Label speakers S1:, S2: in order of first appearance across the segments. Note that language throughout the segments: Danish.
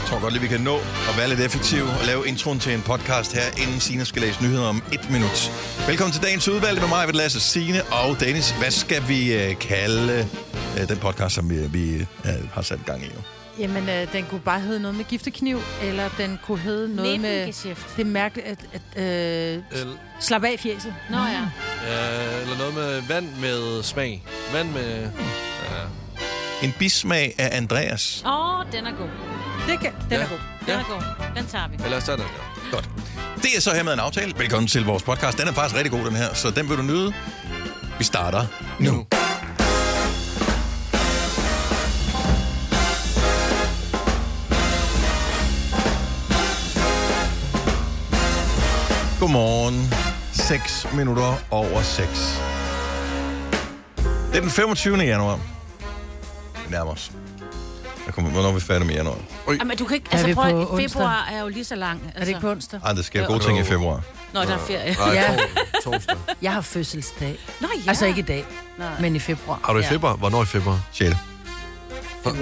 S1: Jeg tror godt lige, vi kan nå at være lidt effektive og lave introen til en podcast her, inden Sina skal læse nyheder om et minut. Velkommen til dagens udvalg med mig, ved Lasse Sine og Dennis. Hvad skal vi øh, kalde øh, den podcast, som vi, vi øh, har sat gang i nu?
S2: Jamen, øh, den kunne bare hedde noget med giftekniv, eller den kunne hedde noget med...
S3: Nebengeschæft.
S2: Det er mærkeligt, at... at øh,
S4: Eller,
S2: slap af fjeset.
S3: Nå ja.
S4: øh, eller noget med vand med smag. Vand med... Ja.
S1: En bismag af Andreas.
S3: Åh, oh, den er god.
S2: Det kan, den ja. er god.
S3: Den
S4: Ja.
S3: er god. Den tager vi.
S4: Eller sådan der.
S1: Godt. Det er så hermed en aftale. Velkommen til vores podcast. Den er faktisk rigtig god, den her, så den vil du nyde. Vi starter nu. Godmorgen. 6 minutter over 6. Det er den 25. januar. Vi nærmer os. Jeg kommer, hvornår er vi færdige med januar?
S3: Jamen, du kan ikke...
S2: Er
S3: Altså,
S2: vi
S3: prøv,
S2: på
S3: at- februar er jo lige så lang. Altså.
S2: Er det ikke på onsdag?
S1: Ej, der sker
S3: Jo.
S1: gode ting i februar.
S3: Nå, der er ferie.
S4: Nej,
S2: Ja.
S4: ja. torsdag.
S2: Jeg har fødselsdag.
S3: Nå ja.
S2: Altså ikke i dag,
S3: Nej.
S2: men i februar.
S4: Har du i februar? Hvornår i februar?
S1: 6.
S2: Wow.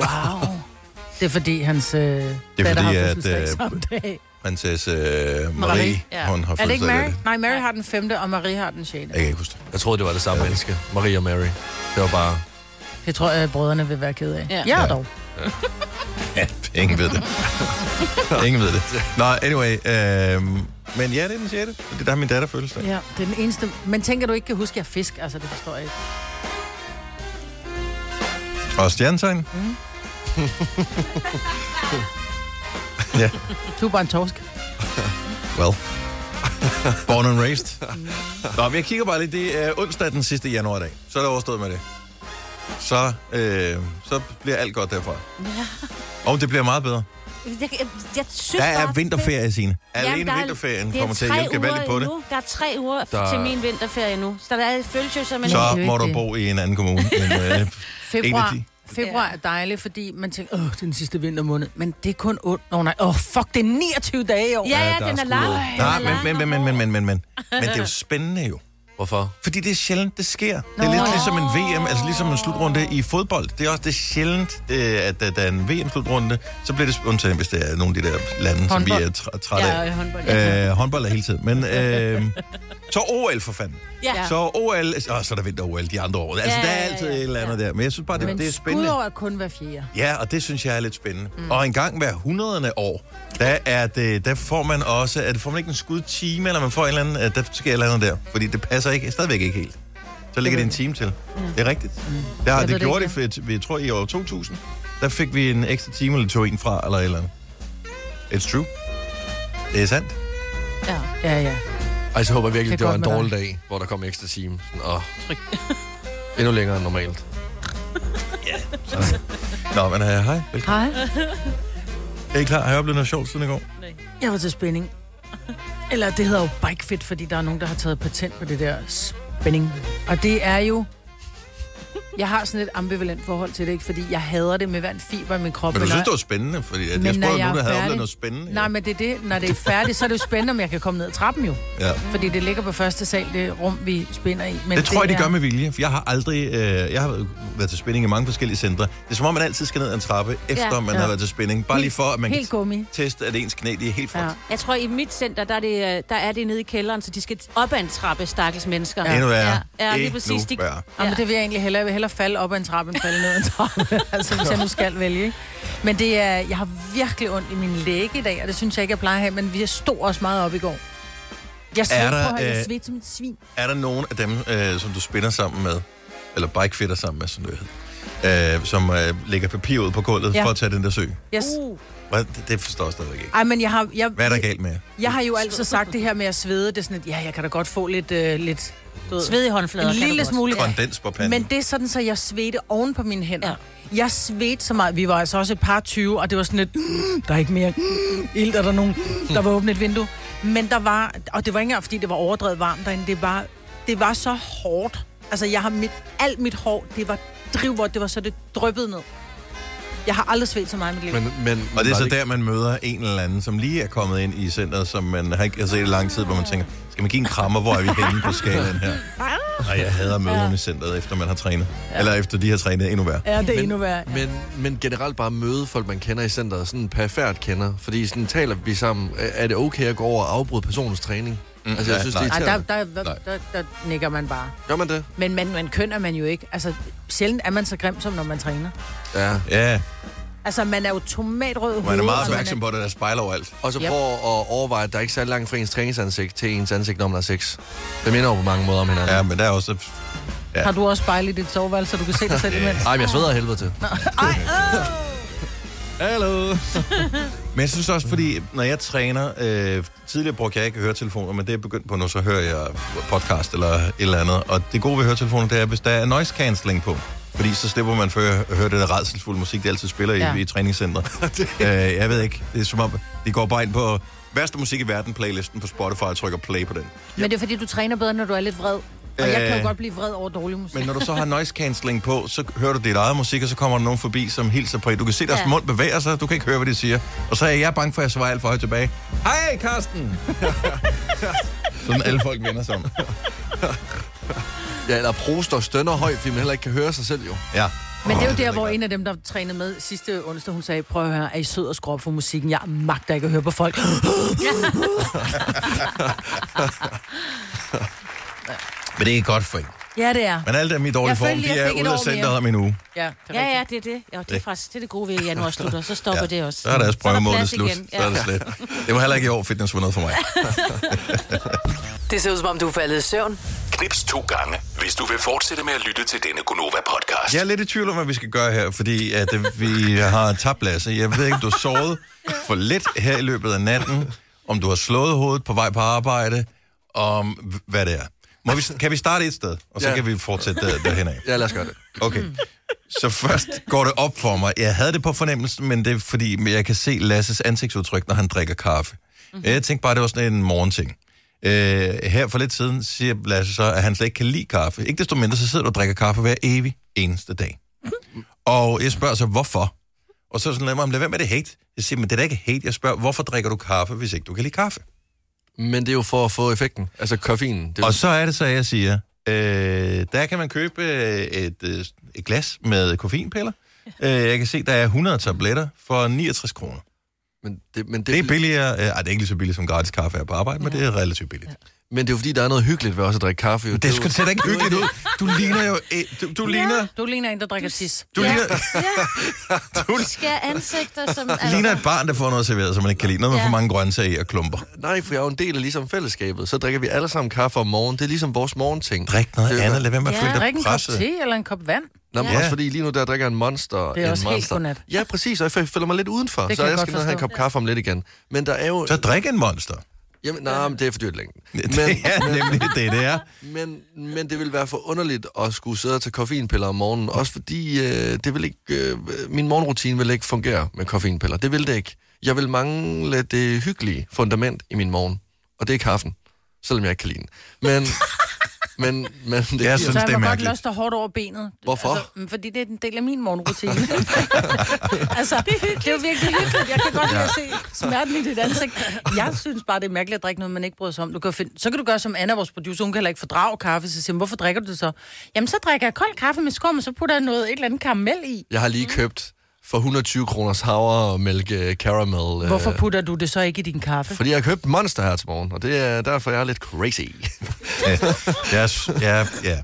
S2: Det er fordi, hans øh, datter har
S1: fordi, at,
S2: fødselsdag
S1: øh,
S2: samme dag.
S1: Prinsesse øh, Marie, Marie.
S2: Marie,
S1: Ja.
S3: ja.
S1: hun har
S2: Er det ikke
S1: fødselsdag i
S2: Mary?
S1: dag.
S2: Nej, Mary har den femte, og Marie har den
S1: Jeg
S2: sjette.
S1: kan ikke huske det.
S4: Jeg troede, det var det samme ja. menneske. Marie og Mary. Det var bare...
S2: Det tror jeg, at brødrene vil være ked af.
S3: Ja.
S2: Jeg er dog.
S1: Ja, ingen ved det. ingen ved det. Nå, anyway. Øh, men ja, det er den 6. Det er der, min datter fødselsdag.
S2: Ja, det er den eneste. Men tænker du ikke kan huske, at jeg er fisk? Altså, det forstår jeg ikke.
S1: Og stjernetegn. ja,
S2: Du er bare en torsk.
S1: well. Born and raised. Nå, men jeg kigger bare lidt. Det er onsdag den sidste januar i dag. Så er det overstået med det. Så, øh, så bliver alt godt derfra. Og det bliver meget bedre.
S3: Jeg, jeg, jeg
S1: Der
S3: synes
S1: er
S3: bare-
S1: vinterferie, Signe.
S3: Jamen,
S1: Alene
S3: der er-
S1: vinterferien
S3: det er
S1: kommer til at
S3: tre
S1: hjælpe gevaldigt
S3: uger
S1: på det.
S3: endnu. Der er tre uger
S4: Der-
S3: der... til min vinterferie nu. Så der er et følelse jo som en...
S1: så
S2: det er jo
S1: må
S2: ikke
S1: du
S2: det.
S1: bo i en anden kommune. Men, øh,
S2: Februar,
S1: En af
S2: februar er dejlig, fordi man tænker, åh, det er den sidste vintermåned. Men det er kun 8. Nå, nej, åh, fuck, det er 29 dage i år.
S3: Ja,
S4: Ja,
S3: ja,
S4: der
S3: den
S4: er
S3: er
S4: sgu
S3: lang.
S4: noget.
S3: Den
S1: nej,
S3: er lang
S1: men, men, men,
S3: og
S1: men,
S3: hård.
S1: men, men, men, men det er jo spændende jo.
S4: Hvorfor?
S1: Fordi det er sjældent, det sker. Det er lidt ligesom en VM, altså ligesom en slutrunde i fodbold. Det er også det er sjældent, øh, at der, der er en VM-slutrunde, så bliver det undtagen, hvis det er nogle af de der lande, som vi er
S2: Håndbold.
S1: træ- trætte
S3: Ja,
S1: af.
S3: håndbold.
S1: Øh, håndbold er hele tiden. Men øh, så OL for fanden.
S3: Ja.
S1: Så OL, og så er der vinter-OL de andre år. Altså,
S3: Ja,
S1: der er
S3: ja, ja,
S1: altid
S3: ja.
S1: et eller andet der. Men jeg synes bare, det,
S2: Men
S1: det er spændende.
S2: skudår er kun hver fjerde.
S1: Ja, og det synes jeg er lidt spændende. Mm. Og en gang hver hundrederne år, der, er det, der får man også, at får man ikke en skudtime, eller man får en eller anden, at der sker et eller andet der, fordi det passer ikke, stadigvæk ikke helt. Så ligger det en time til. Det er rigtigt. Mm. Der, har
S2: ved
S1: det
S2: det
S1: gjorde det,
S2: ikke,
S1: for, jeg- jeg tror i år 2000, der fik vi en ekstra time eller to en fra, eller et eller andet. It's true. Det er sandt.
S2: Ja, ja. ja.
S4: Ej, så håber jeg virkelig,
S2: Det
S4: det,
S2: er
S4: det var en
S2: godt med
S4: dårlig dag, hvor der kom en ekstra time. Sådan, åh, endnu længere end normalt.
S1: Nå, men øh, hej, hej. Velkommen.
S2: Hej.
S1: Er I klar? Har I oplevet noget sjovt siden i går?
S2: Jeg var til spænding. Eller det hedder jo bikefit, fordi der er nogen, der har taget patent på det der spænding. Og det er jo... Jeg har sådan et ambivalent forhold til det, ikke? Fordi jeg hader det med hver en fiber i min krop.
S1: Men du
S2: Eller-
S1: synes, det var spændende, fordi at
S2: Men
S1: jeg
S2: når
S1: spurgte
S2: jeg
S1: nogen, der
S2: er
S1: havde
S2: færdig-
S1: oplevet noget spændende.
S2: Nej, men det er det. Når det er færdigt, så er det jo spændende, om jeg kan komme ned ad trappen jo.
S1: ja.
S2: Fordi det ligger på første sal, det rum, vi spænder i. Men
S1: Det tror jeg, de
S2: her-
S1: gør med vilje, for jeg har aldrig... Øh, jeg har været- været til spænding i mange forskellige centre. Det er som om, man altid skal ned ad en trappe, efter ja,
S3: Ja.
S1: man
S2: Ja.
S1: har været til spænding. Bare lige for, at man
S2: Helt
S1: kan
S2: gummi.
S1: teste, at ens knæ de er helt
S2: Ja.
S1: front.
S3: Jeg tror, i mit center, der er det, øh, der er det nede i kælderen, så de skal op ad en trappe, stakkels mennesker.
S1: Ja. Endnu værre.
S3: Ja, ja lige
S1: Endnu
S3: præcis. De,
S1: værre.
S2: Ja. Jamen, det vil jeg egentlig hellere. Jeg vil hellere falde op ad en trappe, end falde ned ad en trappe. altså, hvis jeg nu skal vælge, ikke? Men det er, jeg har virkelig ondt i min læge i dag, og det synes jeg ikke, jeg plejer at have, men vi stod også meget op i går. Jeg svedte på,
S1: der,
S2: at jeg
S1: øh,
S2: svedte som et svin.
S1: Er der nogen af dem, øh, som du spænder sammen med, eller bikefitter sammen med, som det hedder, øh, som øh, lægger papir ud på gulvet ja.
S2: Ja.
S1: for at tage den der sø?
S2: Yes.
S3: uh,
S1: Hvad? Det, det forstår jeg stadigvæk ikke.
S2: Ej, men jeg har, jeg,
S1: Hvad er der galt med jer?
S2: jeg har jo altid sagt det her med at svede. Det er sådan, at ja, jeg kan da godt få lidt, øh, lidt du ved,
S3: sved i håndflader.
S2: en
S3: kan du
S2: lille
S3: godt.
S2: smule.
S1: Kondens på panden.
S2: Men det er sådan, så jeg svedte oven på mine hænder. Ja.
S3: Ja.
S2: Jeg svedte så meget. Vi var altså også et par 20, og det var sådan lidt, "Mm, der er ikke mere mm, ild, er der nogen, der var åbnet et vindue. Men der var, og det var ikke engang, fordi det var overdrevet varmt derinde, det var, det var så hårdt. Altså, jeg har mit, alt mit hår, det var drivvort, det var så det dryppede ned. Jeg har aldrig svedt så meget i mit liv.
S4: Men, men,
S1: Og det er
S4: var
S1: så
S4: ikke-
S1: der, man møder en eller anden, som lige er kommet ind i centret, som man har ikke har set i lang tid, hvor man tænker, skal man give en krammer, hvor er vi henne på skalaen her? Nej, jeg hader møderne i centret, efter man har trænet. Ja. Eller efter de har trænet endnu værre.
S2: Ja, det er
S4: Men-
S2: endnu værre.
S4: Men, men generelt bare møde folk, man kender i centret, sådan perfekt kender. Fordi sådan taler vi sammen. Er er det okay at gå over og afbryde personens træning? Mm, altså, jeg
S1: ja,
S4: synes,
S1: nej.
S4: det er
S2: Ej, der,
S4: irriterende.
S2: der, der,
S1: Nej.
S2: der, der nikker man bare.
S4: Gør man det?
S2: Men man, man køn er man jo ikke. Altså, sjældent er man så grim, som når man træner.
S4: Ja.
S1: Ja,
S2: Altså, man er jo tomatrød i
S1: man er
S2: hovedet,
S1: meget
S2: og
S1: opmærksom på, at der er spejl overalt.
S4: Og så
S2: Yep.
S4: yep. prøv at overveje, at der er ikke særlig langt fra ens træningsansigt til ens ansigt, når man er sex. Det minder jo på mange måder om hinanden.
S1: Ja,
S4: Ja.
S1: men der er også...
S2: Har du også spejl i dit soveværelse, så du kan se dig selv imens?
S4: Ej, men jeg sveder af helvede til.
S2: Ej, øh.
S1: Hallo! men jeg synes også, fordi når jeg træner... Øh, tidligere brugte jeg ikke høretelefoner, men det er jeg begyndt på nu, så hører jeg podcast eller et eller andet. Og det gode ved høretelefoner, det er, hvis der er noise cancelling på. Fordi så slipper man for at høre den der redselfulde musik, de altid spiller ja.
S2: Ja.
S1: i, i træningscentret. øh, jeg ved ikke, det er som om, de går bare ind på værste musik i verden playlisten på Spotify og trykker play på den.
S2: Men det er fordi, du træner bedre, når du er lidt vred. Og jeg kan
S1: Øh.
S2: jo godt blive vred over dårlig musik.
S1: Men når du så har noise cancelling på, så hører du dit eget musik, og så kommer der nogen forbi, som hilser på dig. Du kan se deres ja.
S3: Ja.
S1: mund bevæger sig, du kan ikke høre, hvad de siger. Og så er jeg bange for, at jeg svarer alt for højt tilbage. Hej, Karsten! Sådan alle folk vender sig om.
S4: Ja, eller proster og stønner højt, fordi man heller ikke kan høre sig selv jo.
S1: Ja.
S2: Men det er jo der,
S1: ved
S2: hvor
S1: jeg
S2: en af dem, der trænede med sidste onsdag, hun sagde, prøv at høre, er I sød og skrub for musikken? Jeg magter ikke at høre på folk.
S1: Men det er godt for en.
S2: ja, det er.
S1: Men alt er mit dårlige
S2: Jeg
S1: form,
S2: følte, jeg
S1: de er
S2: fik et
S1: ude af
S2: år
S1: centret
S2: mere.
S1: om en uge.
S2: Ja, det er
S3: Ja,
S2: ja,
S3: ja, det er det. Jo, det er faktisk det, er det gode ved, at januar slutter. Så stopper det også.
S1: Så er deres
S3: der
S1: prøvemåned
S3: plads
S1: slut.
S3: igen.
S1: Så er det slet. Det var heller ikke i år, fitness var noget for mig.
S5: Det ser ud som om, du er faldet i søvn.
S6: Knips to gange, hvis du vil fortsætte med at lytte til denne Gonova-podcast.
S1: Jeg er lidt i tvivl om, hvad vi skal gøre her, fordi at øh, vi har tabt Lasse. Jeg ved ikke, om du har sovet for lidt her i løbet af natten, om du har slået hovedet på vej på arbejde, om h- hvad det er. Må vi, kan vi starte et sted, og så ja.
S4: Ja.
S1: kan vi fortsætte der, derhen af?
S4: Ja, lad os gøre det.
S1: Okay. Så først går det op for mig. Jeg havde det på fornemmelsen, men det er fordi, jeg kan se Lasses ansigtsudtryk, når han drikker kaffe.
S4: Mhm.
S1: Mm-hmm. Jeg tænkte bare, det var sådan en morgenting. Øh, her for lidt siden siger Lasse så, at han slet ikke kan lide kaffe. Ikke desto mindre, så sidder du og drikker kaffe hver evig eneste dag. Og jeg spørger så, hvorfor? Og så er det sådan, lad mig, lad være med det hate. Jeg siger, men det er da ikke hate. Jeg spørger, hvorfor drikker du kaffe, hvis ikke du kan lide kaffe?
S4: Men det er jo for at få effekten. Altså koffeinen. Det er jo-
S1: Og så er det så, jeg siger, øh, der kan man købe øh, et, øh, et glas med koffeinpiller. Øh, jeg kan se, der er 100 tabletter for 69 kroner.
S4: men, det, men, det,
S1: Det er billigere. Øh, ej, det er ikke lige så billigt som gratis kaffe her på arbejde, men det er relativt billigt.
S4: men det er jo fordi, der er noget hyggeligt ved også at drikke kaffe. Jo.
S1: Det er sgu slet ikke hyggeligt ud. Du ligner jo... øh, Du, du ligner...
S2: Du ligner en, der drikker tis.
S1: Du ligner,
S3: Ja. Vi skal have ansigter, som... Altså,
S1: ligner et barn, der får noget serveret, som man ikke kan lide. Noget med
S3: Ja.
S1: for mange grøntsager i og klumper.
S4: Nej, for jeg er jo en del af ligesom fællesskabet. Så drikker vi alle sammen kaffe om morgenen. Det er ligesom vores morgenting.
S1: Drik noget
S4: Det er-
S1: andet. Lad være med at
S3: Ja.
S1: føle
S2: Drik en
S1: dig
S2: kop
S1: presset.
S2: te eller en kop vand.
S4: Nå, men
S1: Ja.
S4: ja. også fordi lige nu der drikker jeg en monster.
S2: Det er
S4: en
S2: også helt
S4: monster.
S2: godnat.
S4: Ja, præcis, og jeg føler mig lidt udenfor,
S2: Det
S4: så
S2: kan jeg
S4: jeg
S2: godt
S4: skal ned og have en kop kaffe om lidt igen. Men der er jo...
S1: Så drik en monster.
S4: Jamen, nej, men det er for dyrt længe.
S1: Det
S4: Men,
S1: er nemlig det, det er.
S4: men, men det vil være for underligt at skulle sidde og tage koffeinpiller om morgenen, også fordi øh, det vil ikke, øh, min morgenrutine vil ikke fungere med koffeinpiller. Det vil det ikke. Jeg vil mangle det hyggelige fundament i min morgen, og det er kaffen, selvom jeg ikke kan lide den. Men, men, men det
S1: Jeg
S4: giver-
S1: synes,
S2: Så jeg
S1: det er
S2: må godt
S1: mærkeligt.
S2: løste hårdt over benet.
S4: Hvorfor?
S2: Altså, mm, fordi det er en del af min morgenrutine. altså, det er, det er jo virkelig hyggeligt. Jeg kan godt lide at se smerten i dit ansigt. Jeg synes bare, det er mærkeligt at drikke noget, man ikke bryder sig om. Du kan finde, så kan du gøre som Anna, vores producer. Hun kan heller ikke fordrage kaffe. Så siger hun, hvorfor drikker du det så? Jamen, så drikker jeg kold kaffe med skum, og så putter jeg noget, et eller andet karamel i.
S4: Jeg har lige købt for 120 kroners havremælk øh, caramel. øh,
S2: Hvorfor putter du det så ikke i din kaffe?
S4: Fordi jeg har købt Monster her til morgen, og det er derfor, jeg er lidt crazy.
S1: Ja, jeg, s- ja, ja,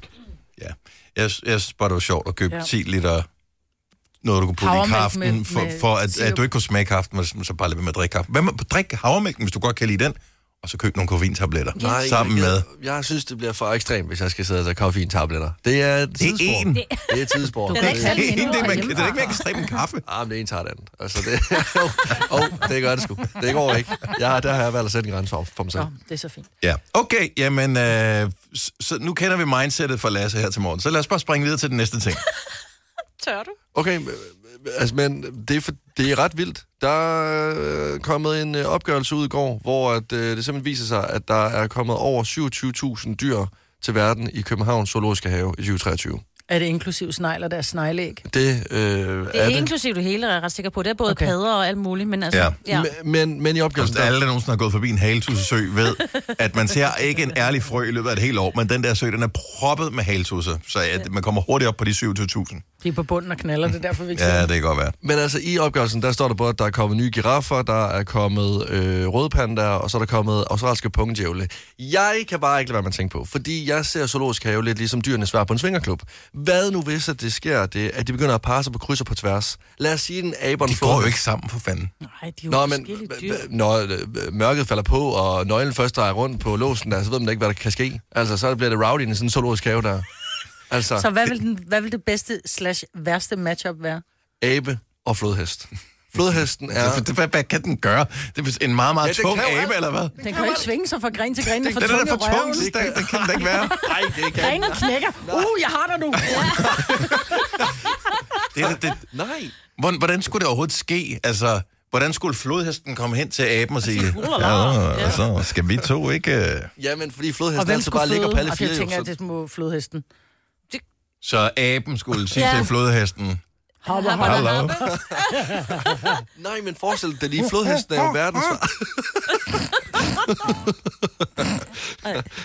S1: ja. Jeg, s- jeg synes bare, det var sjovt at købe ja.
S2: Ja.
S1: 10 liter noget, du kunne putte i
S2: Havremælk
S1: kaffen,
S2: med-
S1: for,
S2: med
S1: for at, at,
S2: sirup.
S1: du ikke kunne smage kaffen, men så bare lade være med at drikke kaffe. Hvad med drik havremælken, hvis du godt kan lide den, og så køb nogle koffeintabletter
S4: Nej,
S1: sammen
S4: jeg,
S1: med.
S4: Jeg, jeg synes, det bliver for ekstremt, hvis jeg skal sidde og tage koffeintabletter. Det er et
S1: Det
S4: tidsspor.
S1: er en. Det
S4: Det er et tidsspor.
S2: Du kan
S1: er
S2: ikke tage den
S1: ikke
S2: endnu,
S1: det, man,
S2: og
S1: det er ikke mere ekstremt end kaffe.
S4: Ah, men det ene tager det andet. Altså, det, oh, oh, det gør det sgu. Det går ikke. Jeg, har- der har jeg valgt at sætte en grænse for, for mig selv.
S2: Nå, det er så fint.
S1: Ja, okay, jamen, øh, s- så nu kender vi mindsetet for Lasse her til morgen. Så lad os bare springe videre til den næste ting.
S3: Tør du?
S4: Okay, men- altså, men det er, for, det er ret vildt. Der er øh, kommet en øh, opgørelse ud i går, hvor at, øh, det simpelthen viser sig, at der er kommet over 27.000 dyr til verden i Københavns Zoologiske Have i 2023.
S2: Er det inklusiv snegler, der er snegleæg?
S4: Det, øh,
S3: Det er, er inklusivt det hele, er jeg er ret sikker på. Det er både
S2: Okay.
S3: okay. padder og alt muligt, men altså...
S1: Ja.
S3: ja.
S4: Men, men, men i opgavelsen,
S1: Hvis alle, der nogensinde har gået forbi en haletussesø, ved, at man ser ikke en ærlig frø i løbet af et helt år, men den der sø, den er proppet med haletusser, så at man kommer hurtigt op på de 27.000.
S2: De er på bunden og knaller, det er derfor, vi ikke
S1: Ja,
S2: ja.
S1: det kan godt være.
S4: Men altså, i opgørelsen, der står der både, at der er kommet nye giraffer, der er kommet øh, rødpandaer, og så er der kommet australske pungdjævle. Jeg kan bare ikke lade være med at tænke på, fordi jeg ser zoologisk have lidt ligesom dyrene svar på en svingerklub. Hvad nu hvis, at det sker, det, at de begynder at parre sig på kryds og på tværs? Lad os sige, den aberen
S1: De går jo ikke sammen, for fanden.
S3: Nej, de er jo
S4: Nå, men
S3: forskellige
S4: h-
S3: dyr.
S4: h- når øh, mørket falder på, og nøglen først drejer rundt på låsen der, så ved man ikke, hvad der kan ske. Altså, så bliver det rowdy i sådan en zoologisk have der. Altså,
S2: Så hvad vil, den, hvad vil det bedste slash værste matchup være?
S4: abe og flodhest. Flodhesten er...
S1: Ja. Hvad, hvad kan den gøre? Det er en meget, meget
S4: Ja, det
S1: tung
S4: kan jo
S1: abe,
S4: alt.
S1: eller hvad?
S2: Den kan jo ikke svinge sig fra gren til gren, den er for
S1: Den er da
S2: tung
S1: for
S2: i
S1: tung,
S2: røven.
S1: så det, det kan den da ikke være.
S4: Nej, det kan
S2: Grenen knækker. Uh, jeg har dig nu.
S1: Det, er- det,
S4: Nej.
S1: Hvordan, hvordan skulle det overhovedet ske? Altså, hvordan skulle flodhesten komme hen til aben
S2: Altså,
S1: og sige,
S3: "Ulala."
S1: ja,
S3: Ja.
S1: så skal vi to ikke... øh?"
S4: Ja, men fordi
S2: Og
S4: flodhesten
S2: hvem
S4: altså bare
S2: skulle
S4: ligger
S2: føde?
S4: på alle
S2: Og
S4: fire,
S2: det
S4: jo,
S2: tænker jeg,
S4: så
S2: det må flodhesten.
S1: Så aben skulle sige
S3: Ja.
S1: til flodhesten,
S2: Hopper, hopper.
S1: hallo.
S4: Nej, men forestil dig lige, flodhesten er jo verdens...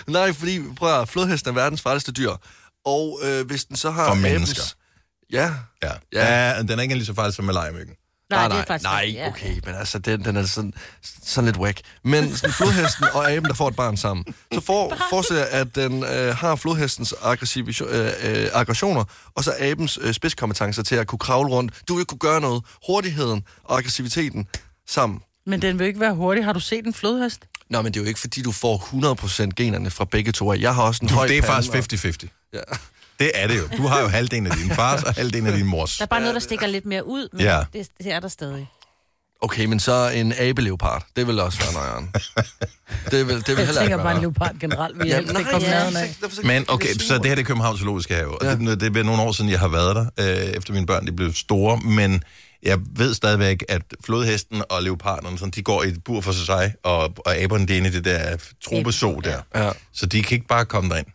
S4: Nej, fordi, prøv at høre, flodhesten er verdens farligste dyr. Og øh, hvis den så har...
S1: For
S4: abens-
S1: mennesker.
S4: Ja.
S1: Ja. ja. den er ikke lige så farlig som med legemyggen.
S3: Nej, det er faktisk...
S4: nej,
S3: ja.
S4: okay, men altså, den, den er sådan, sådan lidt whack. Men sådan, flodhesten og aben, der får et barn sammen. Så for, forestil jer, at den øh, har flodhestens aggressive, øh, øh, aggressioner, og så abens øh, spidskompetencer til at kunne kravle rundt. Du vil ikke kunne gøre noget. Hurtigheden og aggressiviteten sammen.
S2: Men den vil ikke være hurtig. Har du set en flodhest?
S4: Nå, men det er jo ikke, fordi du får 100% generne fra begge to. af. Jeg har også en
S1: Du,
S4: høj
S1: det er
S4: pande,
S1: faktisk 50-50.
S4: Og, ja.
S1: Det er det jo. Du har jo halvdelen af din fars og halvdelen af din mors.
S3: Der er bare noget, der stikker lidt mere ud, men
S1: Ja.
S3: ja. det, det er der stadig.
S4: Okay, men så en abeleopard. Det vil også være nøjeren. det vil, det vil
S2: Jeg
S4: heller ikke være
S2: tænker bare en
S4: nøjeren.
S2: leopard generelt. Vi
S4: Ja,
S2: ja, ikke
S4: nej,
S2: komme
S4: ja,
S2: nærheden af.
S4: det er for- det er for-
S1: Men okay,
S4: det er
S1: så det her det er Københavns Zoologiske Have, og ja. det, det er nogle år siden, jeg har været der, øh, efter mine børn de blev store, men jeg ved stadigvæk, at flodhesten og leoparderne, sådan, de går i et bur for sig, og, og aberne, det er inde i det der tropeså der.
S4: Ja.
S1: Så de kan ikke bare komme derind.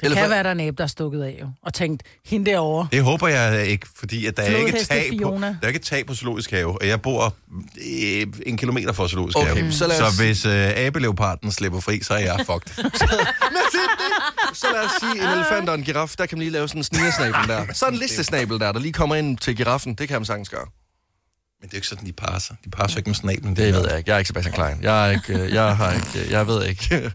S2: Det
S4: Elefant-
S2: kan være, der er en æb, der er stukket af, jo. Og tænkt, hende derovre.
S1: Det håber jeg ikke, fordi at der, er ikke
S2: Flodheste
S1: tag på,
S2: Fiona.
S1: der er ikke tag på Zoologisk Have, og jeg bor øh, en kilometer fra Zoologisk
S4: Okay,
S1: Have.
S4: Mm. så lad
S1: så
S4: os-
S1: hvis øh, abeleoparden slipper fri, så er jeg fucked.
S4: Så lad os
S1: Ah.
S4: sige, en elefant og en giraf, der kan man lige lave sådan en snigersnabel der. Sådan en listesnabel der, der lige kommer ind til giraffen, det kan man sagtens gøre.
S1: Men det er jo ikke sådan, de parer sig. De parer sig ikke med snablen.
S4: Det ved jeg ikke. Jeg er ikke Sebastian Klein. Jeg, er ikke, øh, jeg, har ikke, øh, jeg ved ikke,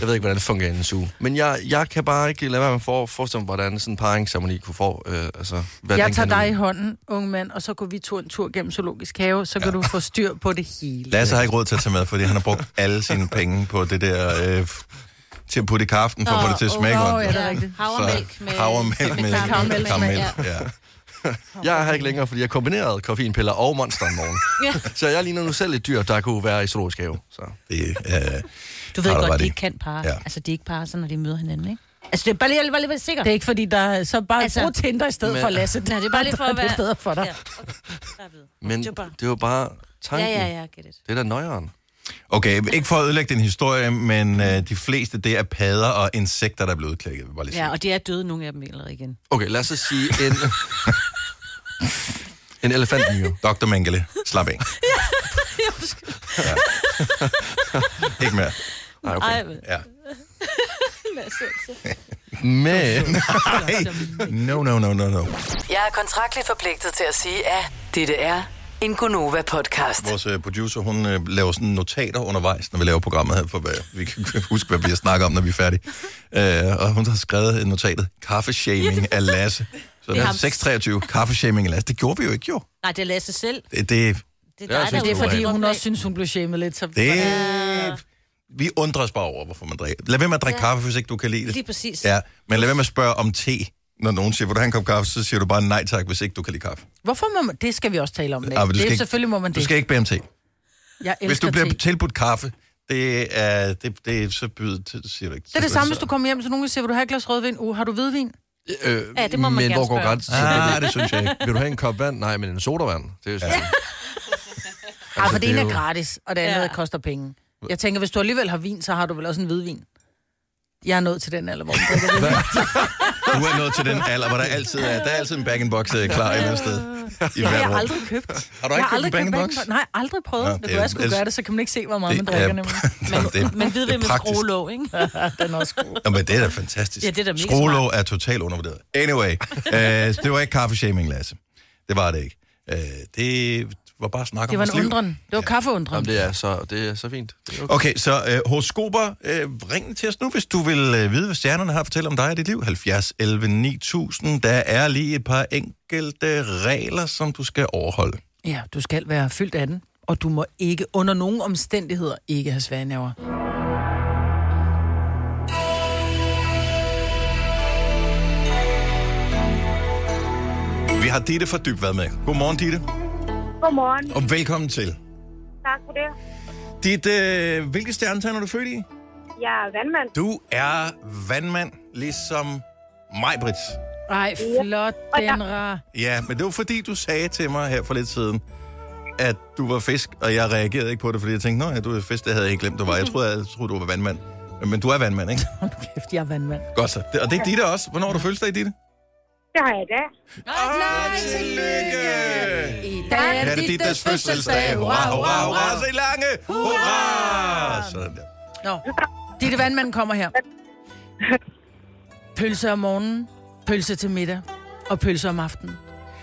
S4: jeg ved ikke, hvordan det fungerer i en zoo. Men jeg, jeg kan bare ikke lade være med at for- forestille mig, hvordan sådan en paringsceremoni kunne få. Øh, altså, hvad
S2: Jeg
S4: den
S2: tager
S4: kan
S2: dig i
S4: ud.
S2: hånden, unge mand, og så går vi to en tur gennem zoologisk have, så kan du få styr på det hele.
S1: Lasse har ikke råd til at tage med, fordi han har brugt alle sine penge på det der... Øh, f- til at putte i kaften for at få det til at smage
S2: åh,
S1: godt.
S2: ja, det er rigtigt.
S3: Havremælk med...
S1: Havremælk med, med
S3: karamel.
S1: karamel.
S3: Ja.
S1: Ja.
S4: Jeg har ikke længere, fordi jeg kombinerede koffeinpiller og monster om morgenen.
S3: Ja.
S4: Så jeg ligner nu selv et dyr, der kunne være i zoologisk have. Så.
S1: Det, øh,
S3: Du ved
S1: Har du
S3: godt,
S1: ret
S3: de
S1: i.
S3: ikke kan parre.
S1: Ja.
S3: Ja. Altså, de ikke parre sig, når de møder hinanden, ikke? Altså, det er bare lige, jeg er bare lige, være sikker.
S2: Det er ikke fordi, der er så bare altså,
S3: Altså-
S2: brug Tinder i stedet
S4: Men-
S2: for Lasse. Nej,
S3: det er bare lige for at
S2: Det er
S3: være-
S2: bedre for dig.
S3: Ja, okay. Bare ved.
S4: Men
S3: Det var bare-
S4: det var bare
S3: Ja,
S4: tanken.
S3: ja, ja, get it.
S4: Det er da nøjeren.
S1: okay, ikke for at ødelægge din historie, men øh, de fleste, det er padder og insekter, der er blevet udklækket. vil jeg Bare lige sige.
S3: Ja, og de er døde, nogle af dem allerede igen.
S4: Okay, lad os så sige en... en elefantmyre.
S1: Dr. Mengele, slap af. ja. Ikke mere.
S4: Nej,
S3: Ej,
S4: okay.
S3: vel.
S1: Ja.
S4: Men...
S1: No, no, no, no, no.
S5: Jeg er kontraktligt forpligtet til at sige, at dette er en Gonova-podcast.
S1: Vores øh, producer, hun øh, laver sådan notater undervejs, når vi laver programmet her, for hvad, vi kan huske, hvad vi har snakket om, når vi er færdige. Øh, og hun har skrevet notatet, kaffeshaming af Lasse. Så det
S3: er
S1: er
S3: ham.
S1: 623, kaffeshaming af Lasse. Det gjorde vi jo ikke, jo.
S3: Nej, det er Lasse selv.
S1: Det, det,
S3: Det er
S4: Ja, jeg
S3: dig,
S4: synes,
S3: der
S2: Det er fordi,
S3: ude.
S2: hun også synes, hun blev shamed lidt. Så
S1: det vi undrer os bare over, hvorfor man drikker. Lad være med at drikke kaffe, hvis ikke du kan lide det.
S3: Lige præcis.
S1: Ja, men lad være med at spørge om te. Når nogen siger, hvordan kop kaffe, så siger du bare nej tak, hvis ikke du kan lide kaffe.
S2: Hvorfor må man... Det skal vi også tale om.
S1: Ah,
S2: Ja,
S1: men du
S2: det,
S1: skal
S2: ikke,
S1: ikke-
S2: selvfølgelig må man det.
S1: Du skal ikke bede om te.
S2: Jeg elsker
S1: Hvis du
S2: bliver...
S1: bliver tilbudt kaffe, det er, det, det, så byder, siger du ikke.
S2: Det er det samme, hvis du kommer hjem, så nogen siger, vil du have et glas rødvin? Uh, har du hvidvin?
S4: Øh,
S3: Ja, det må man
S4: men
S3: gerne
S4: hvor går
S3: spørge.
S4: grænsen?
S1: Ah, det synes jeg ikke.
S4: Vil du have en kop vand? Nej, men en sodavand. Det er jo sådan. Ja.
S2: Altså, ah, for
S4: det
S2: det ene
S4: er
S2: er
S4: jo-
S2: gratis, og det andet
S3: Ja.
S2: koster penge. Jeg tænker, hvis du alligevel har vin, så har du vel også en hvidvin. Jeg er nået til den alder, hvor man drikker hvidvin.
S1: Du er nået til den alder, hvor der altid er, der er altid en bag box øh, klar et eller andet sted. I
S2: Det har
S1: hvert
S2: jeg
S1: rum.
S2: aldrig købt.
S1: Har du
S2: jeg
S1: ikke
S2: har
S1: købt en
S2: aldrig
S1: bag
S2: købt
S1: box?
S2: bag- Nej, aldrig prøvet.
S1: Nå,
S2: det
S1: det
S2: kunne
S1: er-
S2: jeg skulle
S1: ellers-
S2: gøre det, så kan man ikke se, hvor meget man
S1: Det er-
S2: drikker nemlig.
S1: det,
S3: Men ved vi med
S1: praktisk.
S3: skruelåg, ikke?
S2: Den er også god.
S1: Nå, men det er da fantastisk.
S3: Ja, det er da mega
S1: Skruelåg er totalt undervurderet. Anyway, øh, det var ikke kaffeshaming, Lasse. Det var det ikke. Øh, det var bare snak om
S2: Det var
S1: vores
S2: en
S1: liv.
S2: undren. Det var kaffeundren.
S4: Jamen, det er så, det er så fint. Det er okay.
S1: Okay, så øh, horoskoper, øh, ring til os nu, hvis du vil øh, vide, hvad stjernerne har at fortælle om dig og dit liv. 70 11 9000. Der er lige et par enkelte regler, som du skal overholde.
S2: Ja, du skal være fyldt af den, og du må ikke under nogen omstændigheder ikke have svagenaver.
S1: Vi har Ditte fra Dyb været med. Godmorgen, Ditte,
S7: Godmorgen.
S1: og velkommen til.
S7: Tak for det.
S1: Dit, øh, hvilke stjernetegn er du født i?
S7: Jeg er vandmand.
S1: Du er vandmand, ligesom Majbrit.
S2: Ej, flot, den rar.
S1: Ja, men det var fordi, du sagde til mig her for lidt siden, at du var fisk, og jeg reagerede ikke på det, fordi jeg tænkte, nå ja, du er fisk, det havde jeg ikke glemt, du var. Jeg troede, jeg troede du var vandmand. Men du er vandmand, ikke?
S2: Hold nu kæft, jeg er vandmand.
S1: Godt så. Og det er Ditte også. Hvornår har du fødselsdag, Ditte?
S7: Det har jeg i dag.
S1: Åh, tillykke!
S3: I dag
S1: Ja, det er Dittes fødselsdag. Hurra, hurra, hurra, se lange! Hurra! Sådan der.
S2: Nå, Ditte vandmand kommer her. Pølse om morgenen, pølse til middag og pølse om aftenen.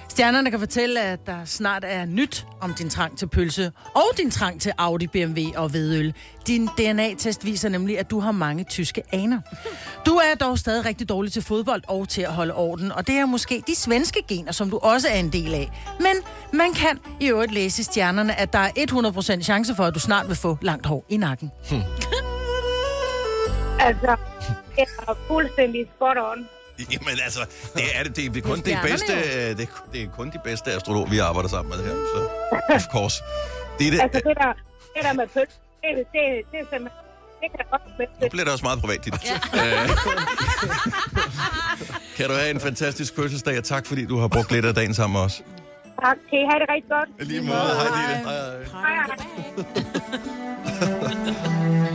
S2: Stjernerne kan fortælle, at der snart er nyt om din trang til pølse og din trang til Audi, BMW og vedøl. Din DNA-test viser nemlig, at du har mange tyske aner. Du er dog stadig rigtig dårlig til fodbold og til at holde orden, og det er måske de svenske gener, som du også er en del af. Men man kan i øvrigt læse i stjernerne, at der er 100% chance for, at du snart vil få langt hår i nakken.
S7: Altså, det er fuldstændig spot on.
S1: Jamen altså, det er det. Det er kun
S3: Det
S1: det
S3: er
S1: bedste,
S3: stjernerne
S1: øh, det, er- det er kun de bedste astrologer, vi arbejder sammen med her. Så, of course. Det er det.
S7: Altså, det der, det der med pølse, det, det, det, det, er simpelthen- det kan jeg godt med.
S1: Nu bliver det også meget privat, dit. kan du have en fantastisk fødselsdag, og tak fordi du har brugt lidt af dagen sammen med os.
S7: Tak. Kan I have det rigtig godt?
S1: Lige måde. Hej, Ditte. Hej, hej.
S7: Hej, hej.
S1: Lad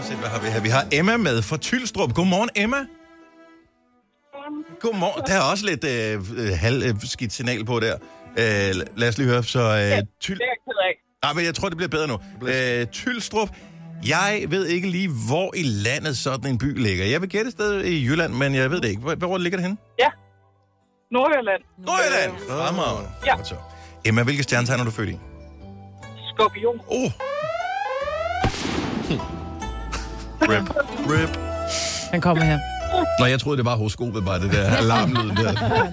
S1: os se, Hvad har vi her? Vi har Emma med fra Tylstrup. Godmorgen, Emma. Godmorgen. Der er også lidt øh, øh, halv, øh, skidt signal på der. Øh, lad os lige høre. Så, øh, tyl...
S7: Det er jeg ked af.
S1: Nej, men jeg tror, det bliver bedre nu. Øh, Tylstrup. Jeg ved ikke lige, hvor i landet sådan en by ligger. Jeg vil gætte et sted i Jylland, men jeg ved det ikke. Hvor, hvor ligger det henne?
S8: Nordjylland.
S1: Nordjylland!
S7: Øh,
S1: Fremragende.
S8: Ja.
S1: Godt så. Emma, hvilke stjernetegn er du født i?
S8: Skorpion.
S1: Oh. Rip. Rip.
S2: Den kommer her.
S1: Nå, jeg troede, det var horoskopet, bare det der alarmlyd der.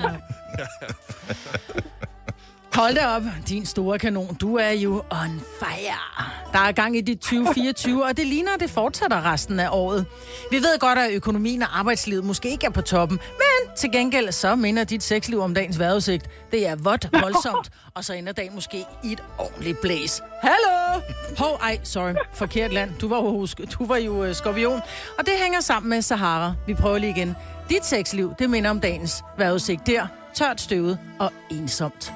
S2: Hold da op, din store kanon. Du er jo on fire. Der er gang i dit 2024, og det ligner, at det fortsætter resten af året. Vi ved godt, at økonomien og arbejdslivet måske ikke er på toppen, men til gengæld så minder dit sexliv om dagens vejrudsigt. Det er vådt, voldsomt, og så ender dagen måske i et ordentligt blæs. Hallo! Hov, ej, sorry. Forkert land. Du var jo, hos- du var jo øh, skorpion. Og det hænger sammen med Sahara. Vi prøver lige igen. Dit sexliv, det minder om dagens vejrudsigt der. Tørt støvet og ensomt.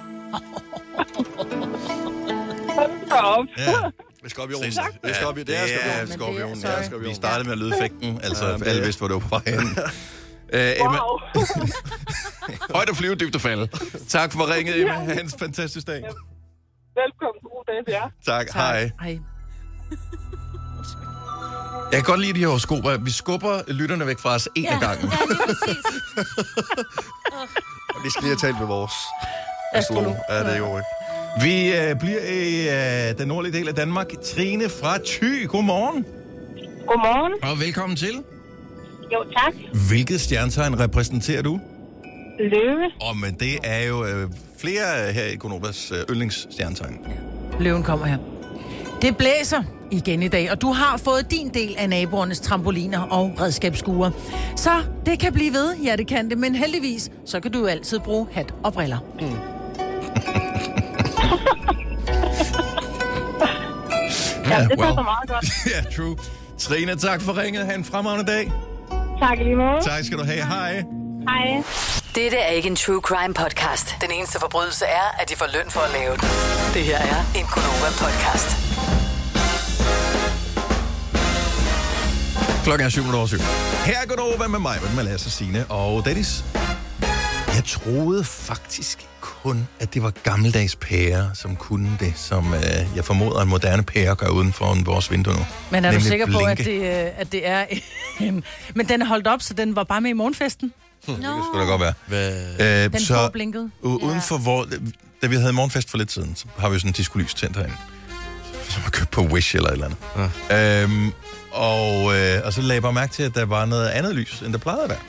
S8: Hold da op.
S4: Det
S1: Ja.
S4: er skorpion. Det er skorpion. Det er
S1: Ja,
S4: skorpion.
S1: skorpion.
S2: Men det er
S1: Ja,
S2: så-
S1: Vi startede med at lyde fægten, altså
S4: Ja, men det-
S1: alle vidste, hvor det var på vej hen. Øh, Emma,
S8: Wow.
S1: højt at flyve, dybt at falde. Tak for ringet, Emma. Ha' en fantastisk dag.
S8: Velkommen. God dag til jer.
S1: Tak, hej.
S2: Hej.
S1: Jeg kan godt lide de her horoskoper. Vi skubber lytterne væk fra os en af gangen.
S3: Ja, lige præcis.
S4: Vi skal lige have talt med vores astrolog. Ja, det er jo ikke.
S1: Vi øh, bliver i øh, den nordlige del af Danmark. Trine fra Thy, godmorgen.
S7: Godmorgen.
S1: Og velkommen til.
S7: Jo, tak.
S1: Hvilket stjernetegn repræsenterer du?
S7: Løve.
S1: Og men det er jo øh, flere her i Konobas øh, yndlingsstjernetegn.
S2: Løven kommer her. Det blæser igen i dag, og du har fået din del af naboernes trampoliner og redskabsskuer. Så det kan blive ved, ja det kan det, men heldigvis, så kan du jo altid bruge hat og briller.
S1: Ja,
S8: Det passer meget godt.
S1: Ja, true. Trine, tak for ringet. Ha' en fremragende dag.
S7: Tak i lige måde.
S1: Tak skal du have. Hej.
S7: Hej.
S5: Dette er ikke en true crime podcast. Den eneste forbrydelse er, at de får løn for at lave den. Det her er en Gunova podcast.
S1: Klokken er syv minutter over syv. Her går over med mig, med Lasse, Signe og Dennis. Jeg troede faktisk kun, at det var gammeldags pærer, som kunne det, som øh, jeg formoder, en moderne pære gør uden for vores vindue nu.
S2: Men er du
S1: Nemlig
S2: sikker på, at
S1: blinke.
S2: det, øh, at det er en... Men den er holdt op, så den var bare med i morgenfesten.
S1: Det skulle da godt være.
S4: Hvad?
S1: Øh,
S2: Den så... forblinket.
S1: U- Uden for hvor... Da vi havde morgenfest for lidt siden, så har vi jo sådan en diskolys tændt herinde. Som er købt på Wish eller et eller andet. Ja. Øhm, og, øh, og så lagde jeg bare mærke til, at der var noget andet lys, end der plejede at være.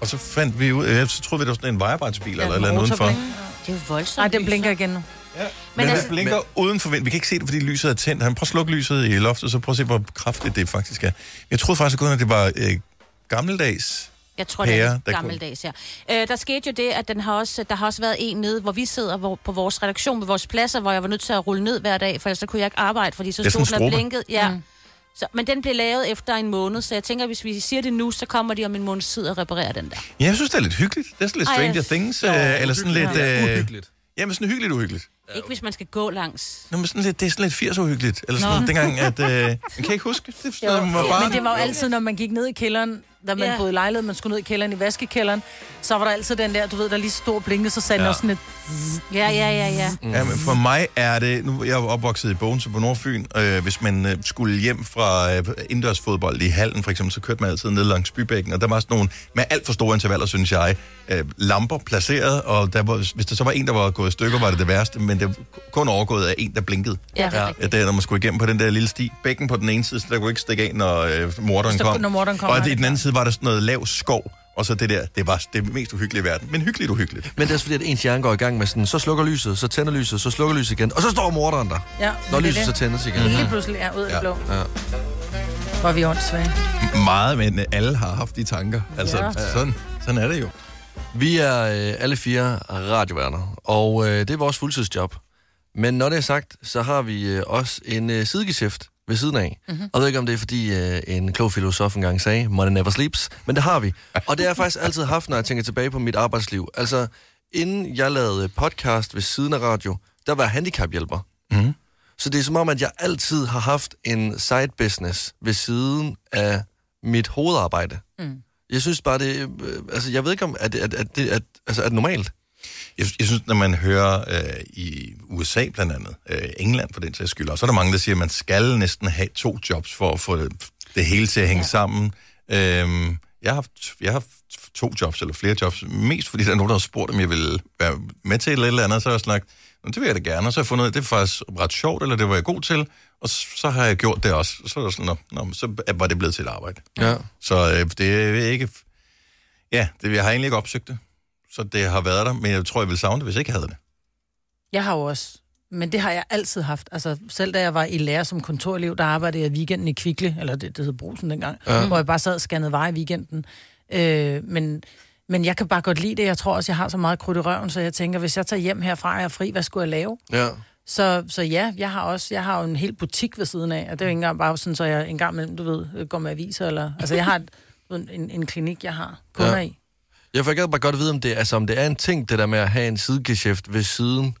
S1: Og så fandt vi ud... Øh, så troede vi, det var sådan en vejarbejdsbil ja, eller et eller andet udenfor.
S3: Det er jo voldsomt.
S2: Nej, den
S3: lyset.
S2: blinker igen nu.
S1: Men, men
S3: altså-
S1: det blinker men... uden for vind. Vi kan ikke se det, fordi lyset er tændt. Han prøver at slukke lyset i loftet, så prøv at se, hvor kraftigt det faktisk er. Jeg troede faktisk kun, at det var øh, gammeldags.
S3: Jeg tror, det
S1: Pære,
S3: er
S1: der
S3: lidt gammeldags, ja. Øh, der skete jo det, at den har også, der har også været en nede, hvor vi sidder hvor, på vores redaktion, på vores pladser, hvor jeg var nødt til at rulle ned hver dag, for ellers så kunne jeg ikke arbejde, fordi så
S1: Det er
S3: stod
S1: sådan en
S3: den og
S1: strobe.
S3: blinkede. Ja. Mm. Så, men den blev lavet efter en måned, så jeg tænker, hvis vi siger det nu, så kommer de om en måneds tid og reparerer den der.
S1: Ja, jeg synes, det er lidt hyggeligt. Det er sådan lidt
S3: Ej,
S1: Stranger
S3: jeg-
S1: Things,
S3: Nå,
S1: øh, eller sådan lidt...
S4: Ja,
S1: Øh,
S4: uhyggeligt.
S1: jamen, sådan hyggeligt uhyggeligt.
S3: Ja, ikke hvis man skal gå langs.
S1: Nå, men sådan lidt, det er sådan lidt 80 uhyggeligt. Eller sådan noget, dengang, at... Øh, man kan ikke huske. Det, er sådan, noget, man var barn.
S2: Men det var jo altid, når man gik ned i kælderen, da man
S3: Ja.
S2: yeah. boede i lejlighed, man skulle ned i kælderen i vaskekælderen, så var der altid den der, du ved, der lige stor blinke, så sagde ja. den også sådan et...
S3: Ja, ja, ja, ja.
S1: Ja, men for mig er det... Nu, jeg er opvokset i Bogense på Nordfyn. Øh, hvis man øh, skulle hjem fra øh, indendørsfodbold i hallen, for eksempel, så kørte man altid ned langs bybækken, og der var sådan nogle, med alt for store intervaller, synes jeg, øh, lamper placeret, og der var, hvis der så var en, der var gået i stykker, var det det værste, men det var kun overgået af en, der blinkede.
S3: Ja, det er
S1: ja.
S3: rigtigt.
S1: Det er, når man skulle igennem på den der lille sti. Bækken på den ene side, så der kunne ikke stikke af, når øh, morderen
S2: Hvis der-
S1: kom.
S2: når morderen kom,
S1: og
S2: nej,
S1: det, i
S2: det
S1: den
S2: er
S1: anden side var der sådan noget lav skov, og så det der, det var det mest uhyggelige i verden. Men hyggeligt uhyggeligt.
S4: Men det er også fordi, at ens hjerne går i gang med sådan, så slukker lyset, så tænder lyset, så slukker lyset igen, og så står morderen der.
S2: Ja,
S4: Når
S2: det er
S4: lyset
S2: det.
S4: så tændes igen.
S2: Lige pludselig er ud af det blå.
S4: Ja.
S2: Var vi åndssvage.
S1: Meget, men øh, alle har haft de tanker. Altså, ja.
S2: Ja.
S1: sådan, sådan er det jo.
S4: Vi er øh, alle fire radioværter, og øh, det er vores fuldtidsjob. Men når det er sagt, så har vi øh, også en øh, sidegeschæft ved siden af. Mm-hmm. Og jeg ved ikke, om det er, fordi øh, en klog filosof engang sagde, money never sleeps, men det har vi. Og det har jeg faktisk altid haft, når jeg tænker tilbage på mit arbejdsliv. Altså, inden jeg lavede øh, podcast ved siden af radio, der var jeg handicaphjælper.
S1: Mhm.
S4: Så det er som om, at jeg altid har haft en side business ved siden af mit hovedarbejde. Jeg synes bare, det... Øh, altså, jeg ved ikke om, at, at, at, det, at altså, er det normalt?
S1: Jeg, jeg synes, når man hører øh, i USA blandt andet, øh, England for den sags skyld, og så er der mange, der siger, at man skal næsten have to jobs for at få det, det hele til at hænge ja. sammen. Øhm, jeg, har haft, jeg har haft to jobs, eller flere jobs, mest fordi der er nogen, der har spurgt, om jeg ville være med til et eller andet, og så har jeg snakket, "Nå, det vil jeg da gerne, og så har jeg fundet ud af, at det er faktisk ret sjovt, eller det var jeg god til, og så, så har jeg gjort det også. Så, er der sådan, nå, nå, men så var det blevet til et arbejde.
S4: Ja.
S1: Så øh, det er ikke... Ja, det, jeg har egentlig ikke opsøgt det. Så det har været der, men jeg tror, jeg ville savne det, hvis jeg ikke havde det.
S2: Jeg har jo også. Men det har jeg altid haft. Altså, selv da jeg var i lære som kontorelev, der arbejdede jeg i weekenden i Kvickly, eller det, det hed Brusen dengang, ja. hvor jeg bare sad og scannede varer i weekenden. Øh, men, men jeg kan bare godt lide det. Jeg tror også, jeg har så meget krudt i røven, så jeg tænker, hvis jeg tager hjem herfra og jeg er fri, hvad skulle jeg lave?
S4: Ja.
S2: Så, så ja, jeg har også jeg har jo en hel butik ved siden af, og det er jo ikke engang bare sådan, så jeg en gang imellem, du ved, øh, går med aviser, eller... Altså, jeg har et, du ved, en, en klinik, jeg har kunder
S4: Ja.
S2: ja. i.
S4: Jeg får gad bare godt vide, om det, altså, om det er en ting, det der med at have en sidegeschæft ved siden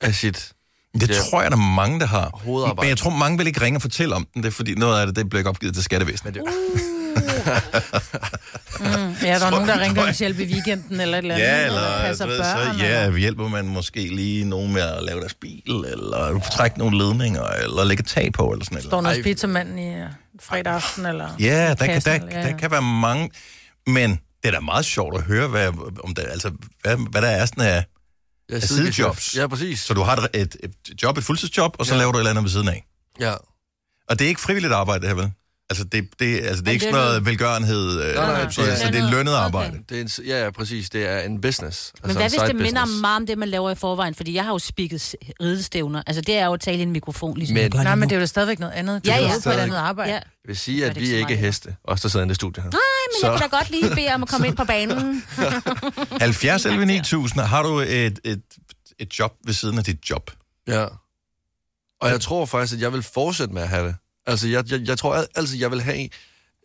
S4: af sit...
S1: Det
S4: Ja.
S1: ja. tror jeg, der er mange, der har.
S4: Hovedarbejde.
S1: Men jeg tror, mange vil ikke ringe og fortælle om den. Det er fordi, noget af det, det bliver ikke opgivet til skattevæsenet.
S2: Uh,
S4: det-
S1: Mm.
S2: Ja, der er nogen, der
S1: Sorry.
S2: ringer ens hjælp i weekenden, eller et eller andet.
S1: Ja, eller
S2: passer
S1: du ved, så,
S2: børn,
S1: ja, vi hjælper man måske lige nogen med at lave deres bil, eller trække nogle ledninger, eller lægge tag på, eller sådan
S2: Står
S1: noget.
S2: noget
S4: Ej.
S2: hos pizzamanden i øh, fredag aften, eller...
S1: Ja,
S2: i
S1: der kan,
S2: kassen,
S1: der,
S2: eller- ja, ja.
S1: der kan være mange, men det er da meget sjovt at høre, hvad, om der, altså, hvad, hvad der er sådan af...
S4: Ja,
S1: sidejobs.
S4: Ja, præcis.
S1: Så du har et, et, et job, et fuldtidsjob, og så
S4: Ja.
S1: ja. laver du et eller andet ved siden af.
S4: Ja.
S1: Og det er ikke frivilligt arbejde, det her, vel? Altså, det, det, altså, det er ikke sådan noget velgørenhed. Øh,
S4: Nej, nej,
S1: så,
S4: Altså, det er-
S1: så det er lønnet arbejde. Okay.
S4: Det er en, s- ja, ja, præcis. Det er en business.
S1: Altså
S4: Altså,
S3: Men hvad
S4: en
S3: hvis
S4: side
S3: det minder
S4: business.
S3: meget om det, man laver i forvejen? Fordi jeg har jo spikket s- ridestævner. Altså, det er jo at tale i en mikrofon, ligesom.
S4: Men
S2: Nej, men det er jo stadigvæk noget andet. Du
S3: Ja,
S2: er
S3: ja.
S2: ude på et andet arbejde.
S3: Ja.
S4: jeg vil sige, at
S3: det
S4: vi
S3: ikke så
S4: ikke er
S3: meget, ja.
S4: heste. Os, der sidder inde i studiet her.
S3: Men jeg kunne da godt lige bede om at komme ind på banen.
S1: 70 11 9000, har du et, et, et job ved siden af dit job?
S4: Ja. Og jeg tror faktisk, at jeg vil fortsætte med at have det. Altså, jeg, jeg, jeg tror al- altid, jeg vil have...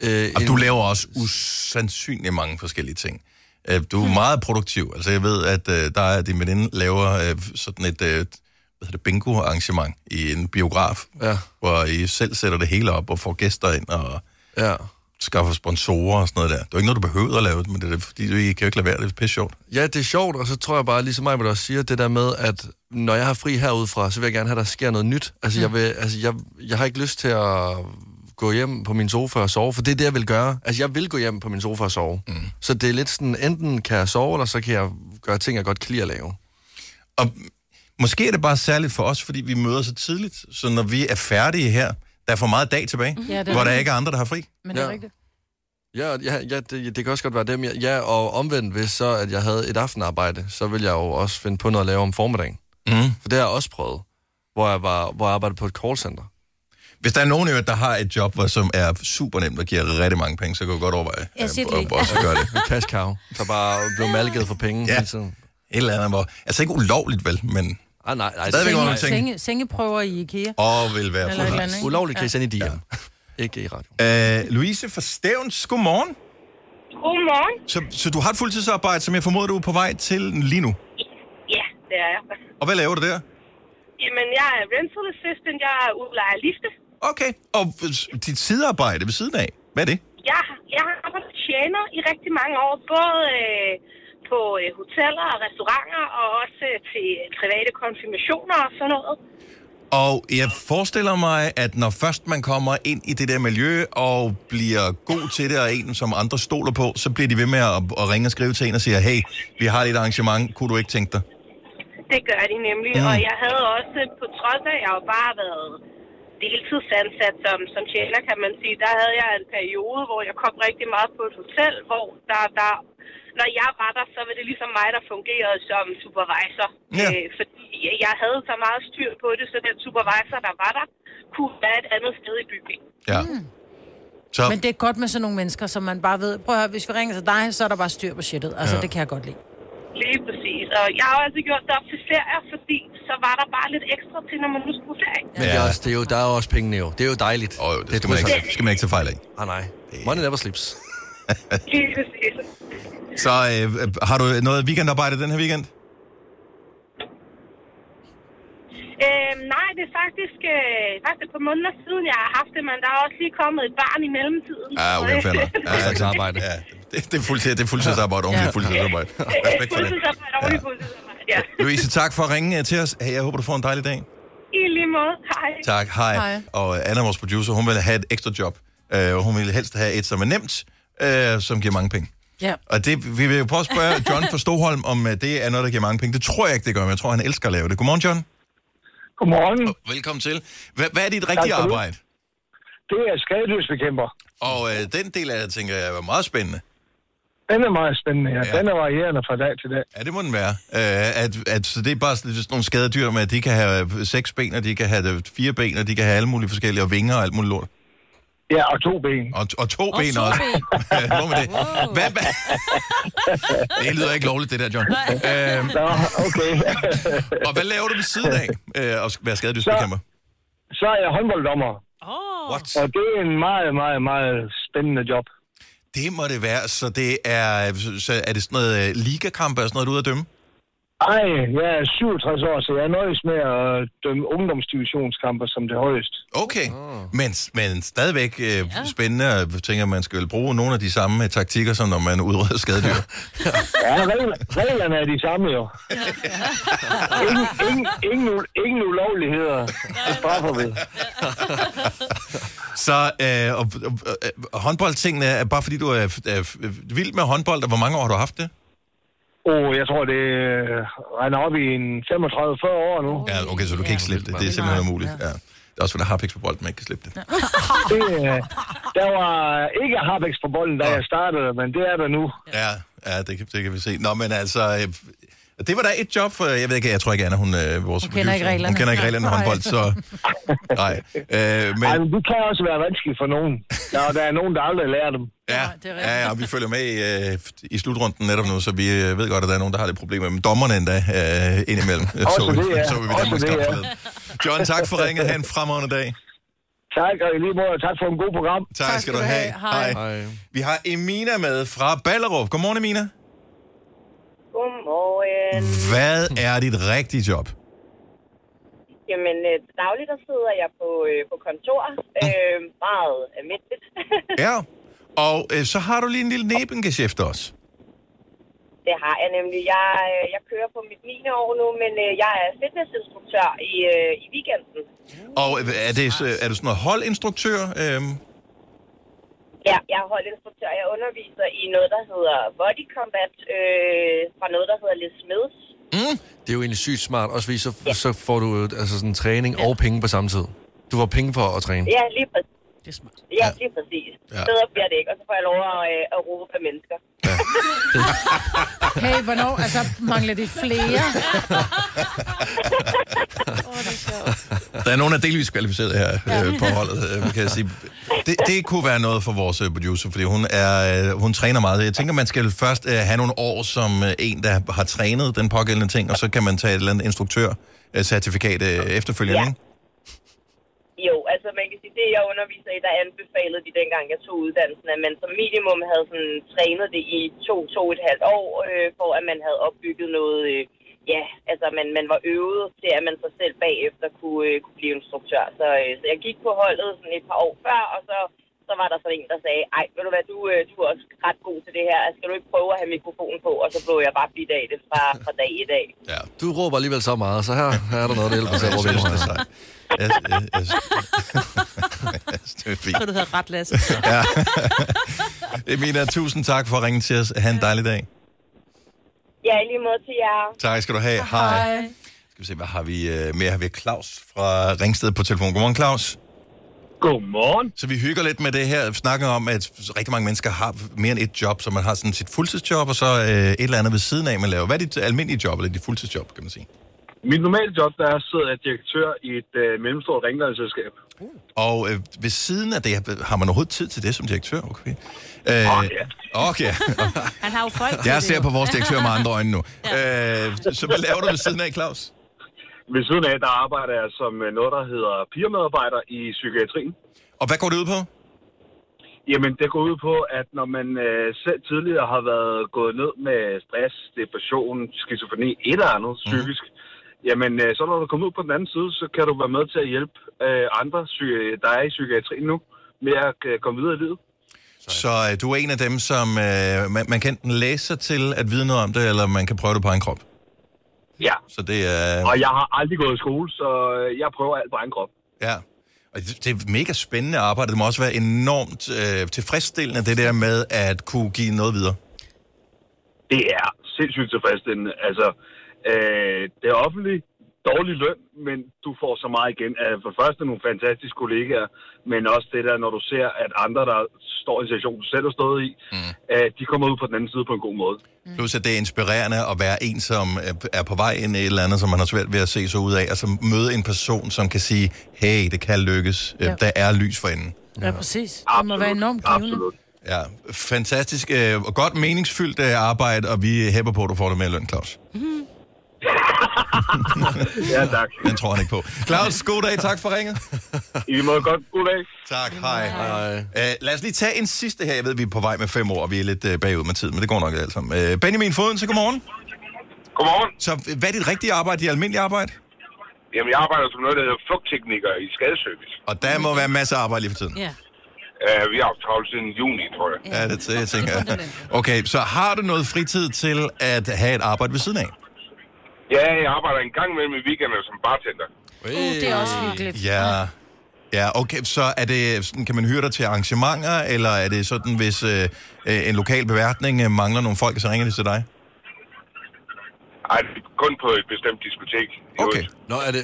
S4: Øh,
S1: Og du laver også usandsynligt mange forskellige ting. Øh, Du
S4: Mm.
S1: er meget produktiv. Altså, jeg ved, at øh, der er, din veninde laver øh, sådan et øh, hvad hedder det, bingo-arrangement i en biograf,
S4: Ja,
S1: hvor I selv sætter det hele op og får gæster ind og
S4: ja.
S1: skaffer sponsorer og sådan noget der. Det er jo ikke noget, du behøver at lave, men det er da fordi, du I kan jo ikke lade være, det er pisse sjovt.
S4: Ja, det er sjovt, og så tror jeg bare, ligesom mig, hvad der også siger, det der med, at når jeg har fri herudefra, så vil jeg gerne have, at der sker noget nyt. Altså, jeg, vil, altså jeg, jeg har ikke lyst til at gå hjem på min sofa og sove, for det er det, jeg vil gøre. Altså, jeg vil gå hjem på min sofa og sove. Mm. Så det er lidt sådan, enten kan jeg sove, eller så kan jeg gøre ting, jeg godt kan lide at lave.
S1: Og måske er det bare særligt for os, fordi vi møder så tidligt, så når vi er færdige her, der er for meget dag tilbage,
S9: Ja, det er
S1: hvor der
S9: rigtigt.
S1: ikke er andre, der har fri.
S9: Men det er
S4: Ja.
S9: rigtigt.
S4: Ja, ja, ja det, det kan også godt være dem. Ja, Ja, og omvendt, hvis så, at jeg havde et aftenarbejde, så ville jeg jo også finde på noget at lave om formiddagen.
S1: Mm.
S4: For det har jeg også prøvet, hvor jeg, var, hvor jeg arbejdede på et callcenter.
S1: Hvis der er nogen, i øvrigt, der har et job, hvor- som er super nemt og giver rigtig mange penge, så kan du godt overveje
S10: Jeg siger det
S1: at,
S10: ikke.
S1: at, at gøre det.
S4: Cash cow, der bare blev malket for penge
S1: Ja.
S4: hele tiden.
S1: Et eller andet, hvor... Altså ikke ulovligt, vel, men...
S4: Ah, nej, nej.
S1: Stadigvæk
S4: det-
S1: under
S2: Senge,
S1: tænke.
S2: senge, sengeprøver i IKEA.
S1: Åh, vil være
S2: Eller et
S1: for
S2: eller andet, ikke?
S4: Ulovligt kan I sende i DM. Ikke i radio.
S1: Øh, Louise fra Stævns, godmorgen.
S11: Godmorgen.
S1: Så, så du har et fuldtidsarbejde, som jeg formoder, du er på vej til lige nu.
S11: Ja, det er jeg.
S1: Og hvad laver du der?
S11: Jamen, jeg er rental assistant. Jeg er udlejer af lifte.
S1: Okay, og s- dit sidearbejde ved siden af, hvad er det?
S11: Jeg, har- jeg har arbejdet tjener i rigtig mange år, både øh, på øh, hoteller og restauranter, og også øh, til private konfirmationer og sådan noget.
S1: Og jeg forestiller mig, at når først man kommer ind i det der miljø og bliver god til det, og en, som andre stoler på, så bliver de ved med at, at ringe og skrive til en og siger, hey, vi har lidt arrangement, kunne du ikke tænke dig?
S11: Det gør de nemlig,
S1: Mm.
S11: og jeg havde også, på trods af, at jeg jo bare har været deltidsansat som, som tjener, kan man sige, der havde jeg en periode, hvor jeg kom rigtig meget på et hotel, hvor der, der, når jeg var der, så var det ligesom mig, der fungerede som supervisor.
S1: Ja.
S11: Øh, fordi jeg havde så meget styr på det, så den supervisor, der var der, kunne være et andet sted i bygningen.
S1: Ja. Så,
S2: Mm. Men det er godt med sådan nogle mennesker, som man bare ved, prøv at høre, hvis vi ringer til dig, så er der bare styr på shitet. Altså,
S1: Ja.
S2: ja. det kan jeg godt lide.
S11: Lige præcis. Og jeg har jo altid gjort det op til ferier, fordi så var der bare lidt ekstra til, når man nu skulle på ferie.
S4: Men det er også, det er jo, der er jo også pengene jo. Det er jo dejligt.
S1: åh, det,
S4: er
S1: det skal, man
S4: trods
S1: ikke, skal man ikke tage fejl af.
S4: alt- Ah, nej. Money never sleeps.
S11: Lige præcis.
S1: Så øh, har du noget weekendarbejde den her weekend?
S11: Øhm, nej, det er faktisk, øh, faktisk et par måneder siden, jeg har haft det, men der er også lige kommet et barn i mellemtiden.
S1: Ja, Ah, okay, fair nok. Ja,
S4: Det er
S1: ja,
S4: slags
S1: det-
S4: arbejde.
S1: Ja, det, det, er fuldtids, det er fuldtidsarbejde, ordentligt
S2: Ja.
S1: fuldtidsarbejde. Respekt for det.
S11: Fuldtidsarbejde, ordentligt fuldtidsarbejde, ja.
S1: Louise, tak for at ringe øh, til os. Hey, jeg håber, du får en dejlig dag.
S11: I lige måde, hej.
S1: Tak, hej. hej.
S2: Hej.
S1: Og øh, Anna, vores producer, hun vil have et ekstra job. Øh, og hun vil helst have et, som er nemt, øh, som giver mange penge.
S2: Ja.
S1: Og det, vi vil jo prøve at spørge John fra Stoholm, om øh, det er noget, der giver mange penge. Det tror jeg ikke, det gør, men jeg tror, han elsker at lave det. Godmorgen, John.
S12: Godmorgen.
S1: Velkommen til. Hva, hvad er dit rigtige
S12: Tak skal du.
S1: arbejde?
S12: Det er skadeløsbekæmper.
S1: Og øh, den del af det, tænker jeg, er meget spændende.
S12: Den er meget spændende, ja.
S1: Den
S12: er varierende fra dag til dag.
S1: Ja, det må den være. Øh, at, at, så det er bare sådan, sådan nogle skadedyr med, at de kan have øh, seks ben, og de kan have øh, fire ben, og de kan have alle mulige forskellige, og vinger og alt muligt lort.
S12: Ja, og to ben.
S1: Og, og to
S10: Og
S1: ben
S10: to
S1: også.
S10: ben.
S1: Må man det? Hvad, hvad? det lyder ikke lovligt, det der, John. Øhm,
S12: Nå, okay.
S1: og hvad laver du ved siden af øh, at være skadedysbekæmper?
S12: så er jeg håndbolddommer,
S1: What?
S12: og det er en meget, meget, meget spændende job.
S1: Det må det være. Så det er, så er det sådan noget øh, ligakamp og sådan noget, du er ude at dømme?
S12: Ej, jeg er 67 år, så jeg nøjes med at øh, dømme ungdomsdivisionskamper som det højeste.
S1: Okay, men, men stadigvæk øh, spændende. og Jeg tænker, man skal vel bruge nogle af de samme øh, taktikker, som når man udrydder skadedyr.
S12: Ja, regler, reglerne er de samme jo. Ingen, ingen, ingen, u- ingen ulovligheder. Det straffer vi.
S1: Så øh, og, og, og- og, håndboldtingene er bare fordi, du er, er vild med håndbold, og hvor mange år har du haft det?
S12: Og jeg tror, det øh, regner op i en 35-40 år nu.
S1: Ja, okay, så du kan ikke slippe det. Det er simpelthen umuligt. Ja. Det er også, fordi der har piks på bolden, man ikke kan slippe det.
S12: Det, øh, der var ikke Harbex på bolden, da jeg startede, men det er der nu.
S1: Ja, ja det, kan, det kan vi se. Nå, men altså... øh, Det var da et job for... Jeg ved ikke, jeg tror ikke, Anna, hun øh, vores
S2: Hun kender ikke
S1: Hun
S2: reglerne.
S1: kender ikke reglerne om
S2: Nej.
S1: håndbold, så... Nej. Øh,
S12: Ej,
S1: men...
S12: men det kan også være vanskeligt for nogen. Der, der er nogen, der aldrig lærer dem.
S1: Ja,
S2: Nej, det er rigtigt.
S1: ja, ja, vi følger med øh, i slutrunden netop nu, så vi øh, ved godt, at der er nogen, der har lidt problemer med dommerne endda øh, indimellem.
S12: Også
S1: så,
S12: det, ja.
S1: så vi ved
S12: Også
S1: Danmarks
S12: det,
S1: kamp
S12: ja.
S1: forleden. John, tak for ringet. Ha' en fremragende dag.
S12: Tak, og i lige måde, tak for en god program.
S1: Tak, tak skal du have.
S2: Hej.
S4: Hej.
S1: Vi har Emina med fra Ballerup. Godmorgen, Emina.
S13: øh,
S11: Godmorgen.
S1: Hvad er dit rigtige job?
S11: Jamen, øh, dagligt der sidder jeg på, øh, på kontor. Øh, meget almindeligt.
S1: Ja. Og øh, så har du lige en lille nebengeschæft også.
S13: Det har jeg nemlig. Jeg, øh, jeg kører på mit 9. år nu, men øh, jeg er fitnessinstruktør i, øh, i weekenden.
S1: Og øh, er, det, så- er du sådan noget holdinstruktør? Øhm,
S13: Ja, jeg er holdinstruktør. Jeg underviser i noget, der hedder body combat, øh, fra noget, der hedder Les Smiths.
S1: Mm.
S4: Det er jo egentlig sygt smart, også fordi så, ja. så får du øh, altså sådan træning ja. og penge på samme tid. Du får penge for at træne.
S13: Ja, lige præcis.
S2: Det er smart.
S13: Ja, lige præcis.
S1: Ja.
S13: Ja. Bedre bliver det ikke, og så får jeg lov at, øh, at råbe af mennesker.
S2: Hey, hvornår? Altså, mangler det flere?
S1: Der er nogen, der er delvis kvalificeret her øh, på holdet, øh, kan jeg sige. Det, det kunne være noget for vores øh, producer, fordi hun, er, øh, hun træner meget. Jeg tænker, man skal først øh, have nogle år som øh, en, der har trænet den pågældende ting, og så kan man tage et eller andet instruktørcertifikat øh, efterfølgende.
S13: Ja.
S1: ikke?
S13: Jo, altså man kan sige, det jeg underviser i, der anbefalede de dengang, jeg tog uddannelsen, at man som minimum havde sådan, trænet det i to, to og et halvt år, øh, for at man havde opbygget noget, øh, ja, altså man, man var øvet til, at man så selv bagefter kunne, øh, kunne blive instruktør. Så, øh, så jeg gik på holdet sådan et par år før, og så, så var der sådan en, der sagde, ej, ved du hvad, du, øh, du er også ret god til det her, skal du ikke prøve at have mikrofonen på? Og så blev jeg bare bidt af det fra, fra dag i dag.
S1: Ja.
S4: Du råber alligevel så meget, så her, her er der noget, der hjælper til at
S1: Jeg
S4: råbe
S1: synes,
S4: endnu
S1: det er
S4: højere.
S1: sejt. Jeg, jeg, jeg, jeg synes, det er fint.
S3: Så du hedder ret, Lasse.
S1: Emina, tusind tak for at ringe til os. Ha' en dejlig dag.
S13: Ja, i lige måde til jer.
S1: Tak skal du have. Hej. Skal vi se, hvad har vi øh, mere? Har vi Claus fra Ringsted på telefon. Godmorgen, Claus.
S8: Godmorgen.
S1: Så vi hygger lidt med det her. Vi snakker om, at rigtig mange mennesker har mere end et job, så man har sådan sit fuldtidsjob, og så øh, et eller andet ved siden af, man laver. Hvad er dit almindelige job, eller dit fuldtidsjob, kan man sige?
S8: Mit normale job, der er sidder jeg direktør i et øh, mellemstort rengøringsselskab.
S1: Og øh, ved siden af det, har man overhovedet tid til det som direktør? Okay. Øh,
S8: Åh, ja.
S1: Okay.
S3: Han har jo folk til
S1: Jeg
S3: det
S1: ser
S3: jo.
S1: på vores direktør med andre øjne nu. Øh, så hvad laver du ved siden af, Claus?
S8: Ved siden af, der arbejder jeg som øh, noget, der hedder pigermedarbejder i psykiatrien.
S1: Og hvad går det ud på?
S8: Jamen, det går ud på, at når man øh, selv tidligere har været gået ned med stress, depression, skizofreni, et eller andet
S1: Mhm.
S8: psykisk, jamen, øh, så når du kommer ud på den anden side, så kan du være med til at hjælpe øh, andre, psy- der er i psykiatrien nu, med at øh, komme videre i livet.
S1: Så øh, du er en af dem, som øh, man, man kan enten læse sig til at vide noget om det, eller man kan prøve det på en krop.
S8: Ja,
S1: Så det er...
S8: og jeg har aldrig gået i skole, så øh, jeg prøver alt på egen krop.
S1: Ja. Og det det er mega spændende arbejde. Det må også være enormt øh, tilfredsstillende, det der med at kunne give noget videre.
S8: det er sindssygt tilfredsstillende. Altså, øh, det er offentligt dårlig løn, men du får så meget igen. Øh, For det første nogle fantastiske kollegaer, men også det der, når du ser, at andre, der står i en situation, du selv har stået i, mm. øh, de kommer ud på den anden side på en god måde.
S2: Mm.
S1: Plus at det er inspirerende at være en, som øh, er på vej ind i et eller andet, som man har svært ved at se sig ud af, og så møde en person, som kan sige, hey, det kan lykkes. Ja.
S2: Ja.
S1: Der er lys for enden.
S2: Ja, præcis. Det må være enormt givende.
S8: Absolut.
S1: Ja, fantastisk øh, og godt meningsfyldt øh, arbejde, og vi hæpper på, at du får det med i løn, Claus.
S8: Mm-hmm. Ja, tak.
S1: Den tror han ikke på. Claus, god dag. Tak for ringet.
S8: I må godt god dag.
S1: Tak, hej.
S4: Hej.
S1: Uh, lad os lige tage en sidste her. Jeg ved, vi er på vej med fem år, og vi er lidt uh, bagud med tiden, men det går nok alt sammen. Uh, Benjamin Foden, så godmorgen.
S8: Godmorgen.
S1: Så øh, hvad er dit rigtige arbejde, dit almindelige arbejde?
S8: Jamen, jeg arbejder som noget, der hedder flugttekniker i skadeservice.
S1: Og der må være masser af arbejde lige for tiden.
S3: Ja.
S8: Uh, vi har haft travlt siden juni, tror jeg.
S1: Ja, det er jeg tænker. jeg. Okay, så har du noget fritid til at have et arbejde ved siden af?
S8: Ja, jeg arbejder en gang imellem i weekenderne som bartender.
S2: Uh, det er også hyggeligt.
S1: Ja. Ja, okay, så er det sådan, kan man hyre dig til arrangementer, eller er det sådan, hvis øh, øh, en lokal beværtning øh, mangler nogle folk, så ringer de til dig?
S8: Ej, kun på et bestemt diskotek.
S1: Okay.
S4: Nå, er det...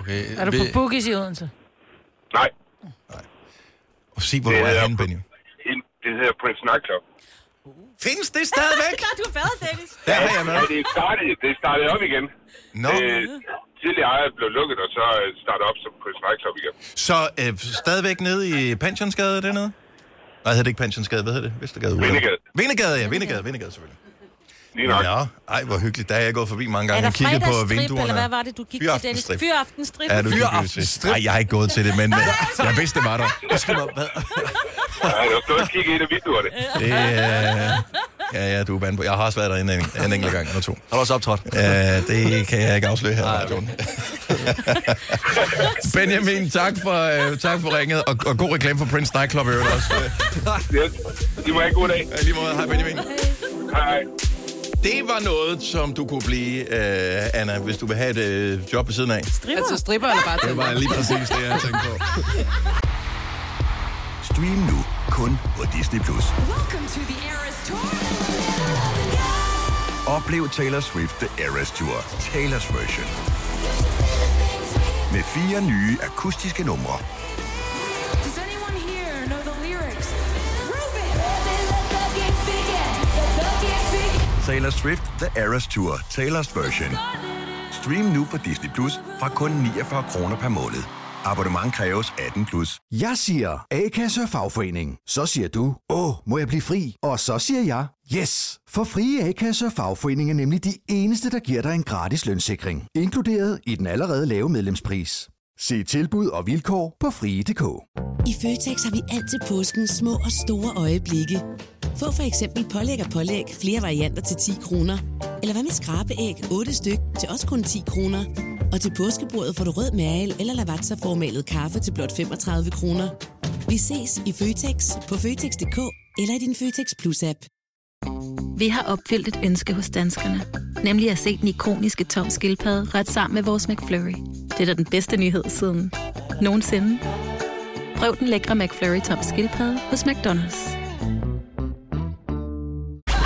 S4: Okay,
S2: Er du på
S4: vi-
S2: Boogies i Odense?
S8: Nej,
S1: Og sig, hvor du
S8: Det
S1: er
S8: er-
S1: henne, Benjamin.
S8: det hedder Prince Nightclub.
S1: Findes det stadigvæk?
S3: Du er badet, Dennis.
S1: Der har jeg
S8: Ja,
S1: med.
S8: det startede, det startede op igen.
S1: Nå.
S8: Øh, tidligere ejer blev lukket, og så øh, startede op som Chris Nightclub igen.
S1: Så øh, stadigvæk nede i Pensionsgade dernede? Nej, hedder det ikke Pensionsgade, hvad hedder det? Vestergade?
S8: Vindegade.
S1: Vindegade, ja, Vindegade, Vindegade selvfølgelig.
S8: Lige nok. Ja.
S1: Ja, ej, hvor hyggeligt. Der er jeg gået forbi mange
S3: Er
S1: gange
S3: der
S1: og kigget på
S3: fredagsstrip,
S1: vinduerne.
S3: eller hvad var det, du gik til, Dennis?
S1: Fyraftenstrip.
S3: Fyraftenstrip.
S1: Ja, du gik jo
S4: Fyraftens
S1: til.
S4: strip.
S1: Nej, jeg har ikke gået til det, men øh, jeg vidste, det var der.
S4: Undskyld mig, hvad?
S8: Jeg har stået og kigget ind af vinduerne.
S1: Det, øh, Ja, ja, du er bandet på. Jeg har også været derinde en, en enkelt gang eller to.
S4: Har du også optrådt?
S1: Ja, det kan jeg ikke afsløre her. Nej, Benjamin, tak for, øh, tak for ringet, og, og god reklame for Prince Nightclub i øvrigt også.
S8: Yes. I må have en god dag.
S1: Øh, Lige måde, hej Benjamin.
S8: Hej.
S1: Det var noget, som du kunne blive, øh, Anna, hvis du vil have et øh, job ved siden af.
S14: Altså stripper eller bare til.
S1: Det var lige præcis det, jeg tænkte på.
S15: Stream nu kun på Disney+. Plus. Oplev Taylor Swift The Eras Tour, Taylor's version. Med fire nye akustiske numre. Taylor Swift The Eras Tour, Taylor's version. Stream nu på Disney Plus fra kun 49 kroner per måned. Abonnement kræves 18 plus.
S16: Jeg siger A-kasse og fagforening. Så siger du, åh, må jeg blive fri? Og så siger jeg, yes! For frie A-kasse og fagforening er nemlig de eneste, der giver dig en gratis lønssikring. Inkluderet i den allerede lave medlemspris. Se tilbud og vilkår på frie.dk.
S17: I Føtex har vi altid påsken små og store øjeblikke. Få for eksempel pålæg og pålæg flere varianter til 10 kroner. Eller hvad med skrabeæg 8 styk til også kun 10 kroner. Og til påskebordet får du rød mal eller lavatserformalet kaffe til blot 35 kroner. Vi ses i Føtex på Føtex.dk eller i din Føtex Plus-app.
S18: Vi har opfyldt et ønske hos danskerne. Nemlig at se den ikoniske tom skildpadde ret sammen med vores McFlurry. Det er da den bedste nyhed siden nogensinde. Prøv den lækre McFlurry tom skildpadde hos McDonald's.